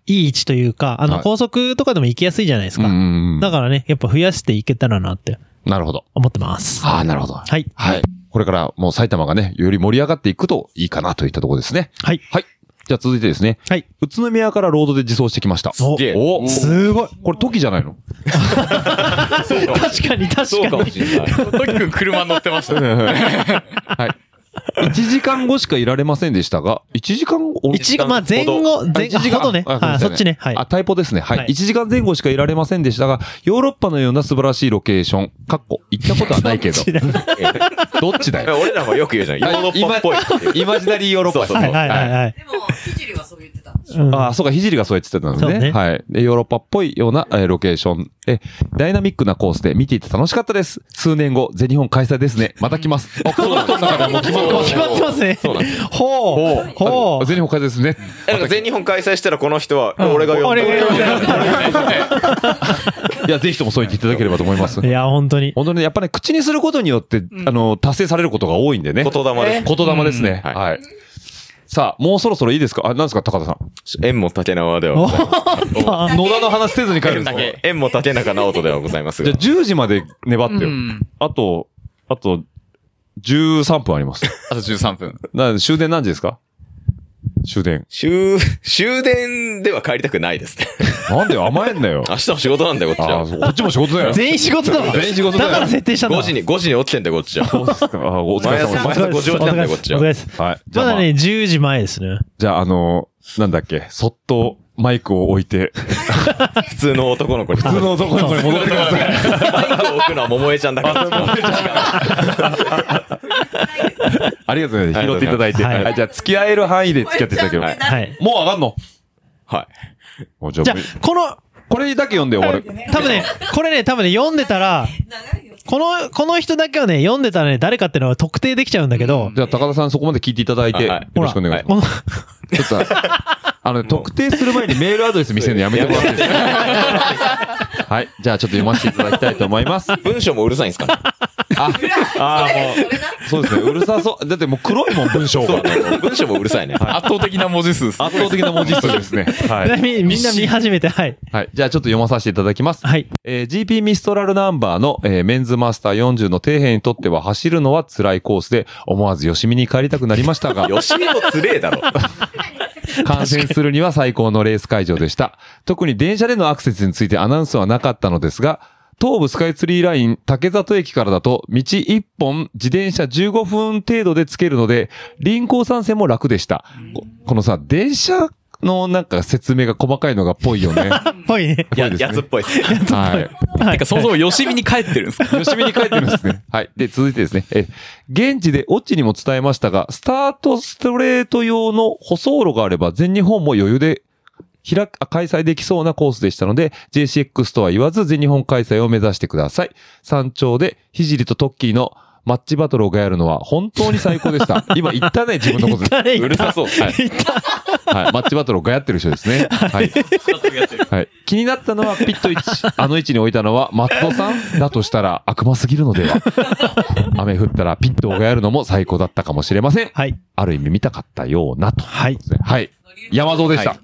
S5: い位置というか、あ
S4: は
S5: の
S4: い
S5: 高速とかでも行きやすいじゃないです
S4: うん
S5: か。
S4: うんうん
S5: だからね、やっぱ増やしていけたらなって
S4: なるほど。
S5: 思ってます。
S4: ああ、なるほど。
S5: はい。
S4: はい。これからもう埼玉がね、より盛り上がっていくといいかなといったところですね。
S5: はい。
S4: はい。じゃあ続いてですね。
S5: はい。
S4: 宇都宮からロードで自走してきました。
S5: お
S6: げえ
S4: お
S5: すごい。
S4: これ時じゃないの
S5: 確かに確かに。
S6: しれない。
S8: トキ君車乗ってました。
S4: はい。1時間後しかいられませんでしたが、1時間後お
S5: 一時間、まあ前
S4: ほ
S5: 後、前
S4: あ
S5: 後、
S4: 1時間
S5: ほどね。
S4: あごめんな
S5: あ、
S4: さい
S5: そっちね。はい。
S4: あ、タイポですね。はい。
S5: はい
S4: 1時間前後しかいられませんでしたが、ヨーロッパのような素晴らしいロケーション、かっこ、行ったことはない けど
S5: そっち。だは
S4: どっちだ よ。
S6: 俺らもよく言うじゃん。ヨーロッパっぽいっていう。
S4: イマジナリーヨーロッパ
S6: そうそう
S5: いはいはいはい。
S1: でも、ひじりはそう言ってた。
S5: うん
S4: ああ、そうか、ひじりがそう言ってたんです
S5: そ
S4: ね。
S5: うね
S4: はい。で、ヨーロッパっぽいような、えーロケーション。え、ダイナミックなコースで見ていて楽しかったです。数年後、全日本開催ですね。また来ます。あ、この人の中ではもう決まって
S5: もう
S4: ま
S5: 決
S4: す。
S5: まってますね。
S6: そうなんです。
S5: ほう。ほ
S4: あ
S5: う。
S4: 全日本開催 ですね。
S6: えなんか全日本開催したらこの人は、俺が呼んだ。
S5: 俺が呼んだ
S4: いや、ぜひともそう言っていただければと思います
S5: い。や、本当に。
S4: 本当にね、やっぱり、ね、口にすることによって、あの、達成されることが多いんでね。
S6: 言霊です。
S4: 言霊ですね。
S6: うん
S4: はい。さあ、もうそろそろいいですかあ、なんですか、高田さん。
S6: 縁も竹縄で
S5: お
S6: はございま
S4: 野田の話せずに帰るんです
S8: だ
S4: か
S8: け。
S6: す。縁も竹中直人ではございます
S4: じ
S6: が
S4: ゃあ、。10時まで粘って
S8: う
S4: よ。
S8: ん。
S4: あと、あと、13分あります。
S8: あと13分。
S4: な、終電何時ですか終電。
S6: 終、終電では帰りたくないですね。。
S4: なんで甘えんなよ
S6: 明日も仕事なんだよ、こっち
S4: あ
S6: は
S4: あ、。そうこっちも仕事だよ。
S5: 全員仕事だわ。
S4: 全員仕事だ
S5: だ
S4: よ
S5: から設定したんだ
S6: 5
S5: わ。
S6: 時に、5時に起きてんだよ、こっちは。
S4: そうですか。ああお疲れ様
S6: 毎
S4: です。
S6: 朝毎朝5時起きなんだよ、こっち
S5: お疲れ
S6: は。
S5: です。
S4: はい。じゃ
S5: ま
S4: あ、
S5: だ
S4: まあ
S5: ね、10時前ですね。
S4: じゃあ、あのー、なんだっけ、そっとマイクを置いて、
S6: 普通の男の子に。
S4: 普通の男の子に戻ってください。
S6: マイクを置くのは桃江ちゃんだから。
S4: ありがとうございます。拾っていただいて。
S5: ありがと
S4: は
S5: うございます
S4: いじゃあ、付き合える範囲で付き合っていただければ。
S5: はい。
S4: もう上がんの
S6: は
S4: もうじゃ
S5: じ
S4: あ
S5: ゃ、あ、この、
S4: これだけ読んで終わる。
S5: 多分ね、これね、多分ね、読んでたら、この、この人だけをね、読んでたらね、誰かっていうのは特定できちゃうんだけど、
S4: じゃあ、高田さんそこまで聞いていただいて、
S6: は
S4: よ
S6: いはい
S4: ろしくお願いし
S5: この、
S4: ます。ちょっと、あのね、特定する前にメールアドレス見せるのやめてもらっていいですかはい。じゃあ、ちょっと読ませていただきたいと思い ます。
S6: い。文章もうるさいんですかね
S4: あ、あーもう、そうですね。うるさそう。だってもう黒いもん、文章
S6: そ
S4: が
S6: う。だね文章もうるさいね。
S8: 圧倒的な文字数です。
S4: 圧倒的な文字数ですね。は。
S5: ちないみにみんな見始めて、はい。
S4: はい。じゃあ、ちょっと読まさせていただきます。
S5: はい。
S4: えー GP ミストラルナンバーの、えーメンズマスター40の底辺にとっては走るのは辛いコースで、思わず吉見に帰りたくなりましたが、
S6: 吉見もつれえだろ。
S4: 観戦するには最高のレース会場でした。特に電車でのアクセスについてアナウンスはなかったのですが、東武スカイツリーライン竹里駅からだと道1本自転車15分程度でつけるので、臨港山線も楽でした。ここのさ、電車のなんか説明が細かいのがぽいよね。
S5: ぽいね。
S4: ぽいです
S6: やつっ
S4: ね。
S6: ぽいっすね。
S4: はい。
S5: は
S8: て
S5: い
S8: か、。そもそも吉見に帰ってるんですか
S4: 吉見に帰ってるんですね。はい。で、続いてですね。え、現地でオッチにも伝えましたが、スタートストレート用の舗装路があれば、全日本も余裕で開く、あ開催できそうなコースでしたので、JCX とは言わず全日本開催を目指してください。山頂で、ひじりとトッキーのマッチバトルをやるのは本当に最高で した。今言ったね、自分のこと。
S5: 誰
S4: う
S5: が
S4: るさそう。はい。はい。マッチバトルをガヤってる人ですね。はい。はい。気になったのはピット位置。あの位置に置いたのは松戸さんだとしたら悪魔すぎるのでは。雨降ったらピットをガヤるのも最高だったかもしれません。
S5: はい。
S4: ある意味見たかったようなと。
S5: はい。
S4: はい。山蔵でした。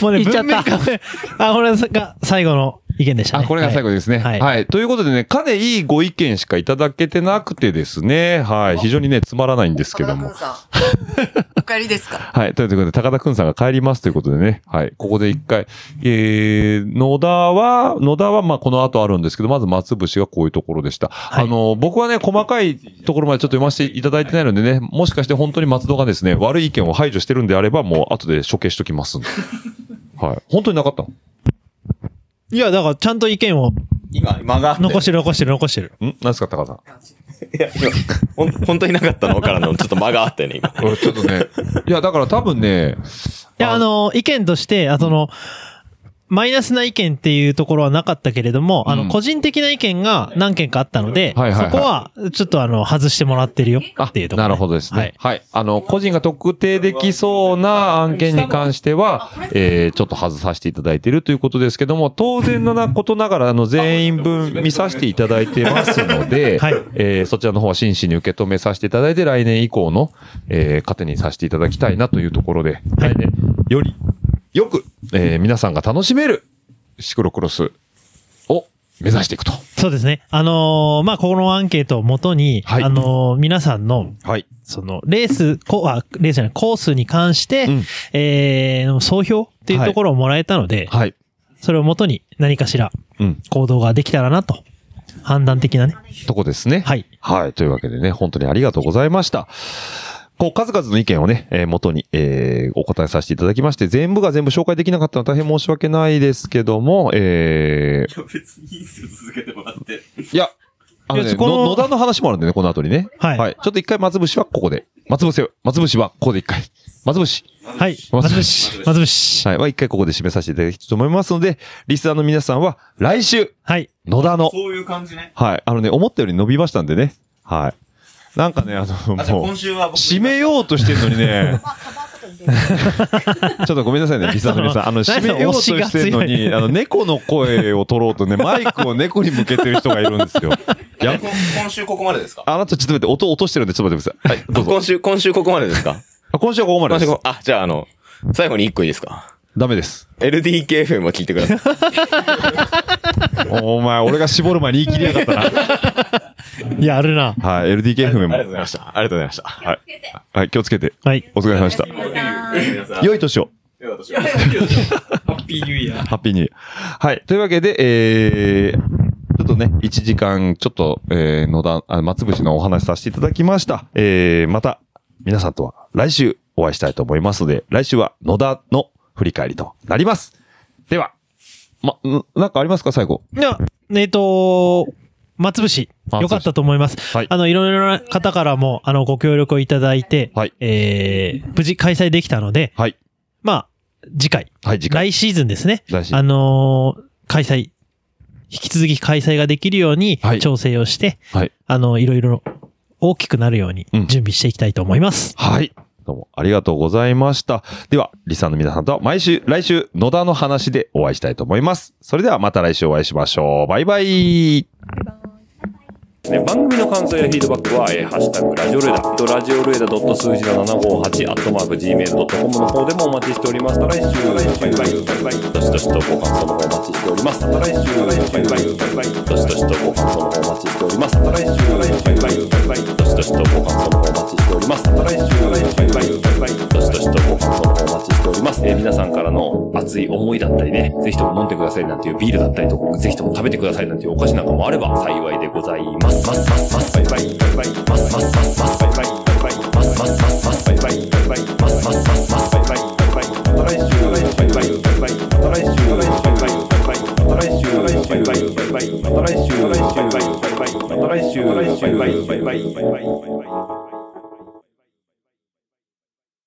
S5: もうね、
S7: 言っちゃ
S5: 文
S7: っ
S5: 面
S7: た
S5: がね、あ、これが最後の意見でしたね。
S4: あ、これが最後
S5: はい
S4: ですね。は。
S5: はいい
S4: ということでね、かねいいご意見しかいただけてなくてですね、はい。非常にね、つまらないんですけども。
S1: さん。 お帰りですか
S4: はい。ということで、高田くんさんが帰りますということでね。はい。ここで一回、えー、野田は、野田はまあこの後あるんですけど、まず松節がこういうところでした。
S5: い
S4: あの、僕はね、細かいところまでちょっと読ませていただいてないのでね、もしかして本当に松戸がですね、悪い意見を排除してるんであれば、もう後で処刑しときますんで。はい。本当になかったの
S5: いや、だからちゃんと意見を
S6: 今、間があって。
S5: 残してる残してる残してる。
S4: ん何ですか、高田さん。
S6: いや、今、ほん本当になかったのからの、ちょっと間があったよね、今。
S4: 俺ちょっとね。いや、だから多分ね、
S5: いや、あの、意見として、あその、マイナスな意見っていうところはなかったけれども、あ
S4: うん
S5: の、個人的な意見が何件かあったので、
S4: はいはいはい
S5: そこは、ちょっとあの、外してもらってるよっていうところ、
S4: なるほどですね。は
S5: はいい。
S4: あの、個人が特定できそうな案件に関しては、えー、ちょっと外させていただいているということですけども、当然のなことながら、あの、全員分見させていただいてますので、
S5: はい
S4: えー、そちらの方は真摯に受け止めさせていただいて、来年以降の、えー、糧にさせていただきたいなというところで、来年、より、よく、えー、皆さんが楽しめる、シクロクロスを目指していくと。
S5: そうですね。あのーまあ、このアンケートをもとに、
S4: はい
S5: あのー皆さんの、
S4: はい。
S5: その、レース、こあ、レースじゃない、コースに関して、
S4: うん
S5: えーの総評っていうところをもらえたので、
S4: はい。
S5: それをもとに何かしら
S4: うん。
S5: 行動ができたらなと、判断的なね。
S4: とこですね。
S5: はい。
S4: はい。というわけでね、本当にありがとうございました。こう、数々の意見をね、えー元に、えーお答えさせていただきまして、全部が全部紹介できなかったのは大変申し訳ないですけども、えー、
S6: 別にいいですよ、続けてもらって。
S4: いや、あの
S5: い
S4: ね、
S5: やこの
S4: の野田の話もあるんでね、この後にね。
S5: はい
S4: ちょっと一回松節はここで。松節、松節はここで一回。松節。
S5: はい。
S4: 松
S5: 松
S4: 節
S5: 節。松節。
S4: はい。は一回ここで締めさせていただきたいと思いますので、リスナーの皆さんは、来週、
S5: はい。
S4: 野田の、
S6: ういう感じね。
S4: はい。あのね、思ったより伸びましたんでね。はい。なんかね、あの、もう。
S6: 週は
S4: 締めようとしてるのに ね。ちょっとごめんなさいね、リスナーの皆さん。あの、
S5: その
S4: 締めようとしてるの
S5: 押しが強
S4: に、
S5: い
S4: あの、猫の声を取ろうとね、マイクを猫に向けてる人がいるんですよ。いや、
S6: 今週ここまでですか
S4: あなたちょっと待って、音落としてるんで、ちょっと待ってください。はい、どうぞ。
S6: 今週、今週ここまでですか
S4: あ今週はここまで
S6: 今週
S4: です
S6: こ。あ、じゃああの、最後に一個いいですか
S4: ダメ です。
S6: ?LDKFM を聞いてください。
S4: お前、俺が絞る前に言い切りやがったな。
S5: いや、あるな。
S4: はい、LDKFM も。
S6: ました。ありがとうございました。
S4: はい。はい、気をつけて。
S5: はい。
S4: お疲れ様でした。良い年を。 ハッピーニューイヤー。はい。というわけで、えー、ちょっとね、1時間、ちょっと、えー、野田、あ松節のお話させていただきました。えー、また、皆さんとは来週お会いしたいと思いますので、来週は野田の振り返りとなります。では、ま、んなんかありますか最後。
S5: いや、えっと、松節、
S4: 松節
S5: よかったと思います。
S4: はい
S5: あの、いろいろな方からも、あの、ご協力をいただいて、
S4: はい
S5: えー、無事開催できたので、
S4: はい
S5: まあ、次回、
S4: はい、次回。
S5: 来シーズンですね。
S4: 来週
S5: あのー開催、引き続き開催ができるように
S4: はい
S5: 調整をして、
S4: はい
S5: あの、いろいろ大きくなるように
S4: うん
S5: 準備していきたいと思います。
S4: はい。どうもありがとうございました。では、リサの皆さんとは毎週、来週、野田の話でお会いしたいと思います。それではまた来週お会いしましょう。バイバイ。
S2: ね、番組の感想やフィードバックは、えーハッシュタグラジオルエダ、とラジオルエダ数字の758、アットマーク Gmail.com の方でもお待ちしております。また来週、バイバイ、バイバイ、どしどしとご感想の方お待ちしております。また来週、バイバイ、バイバイ、どしどしとご感想の方お待ちしております。また来週、バイバイ、バイバイ、どしどしとご感想の方お待ちしております。また来週、バイバイ、バイバイ、どしどしとご感想の方お待ちしております。えー皆さんからの熱い思いだったりね、ぜひとも飲んでくださいなんていうビールだったりとか、ぜひとも食べてくださいなんていうお菓子なんかもあれば幸いでございます。ますますますバイバイバイバイますますますますバイバイバイバイますますますますバイバイバイバイますますますますバイバイバイバイまた来週バイバイバイバイまた来週バイバイバイバイまた来週バイバイバイバイまた来週バイバイバイバイまた来週バイバイバイバイ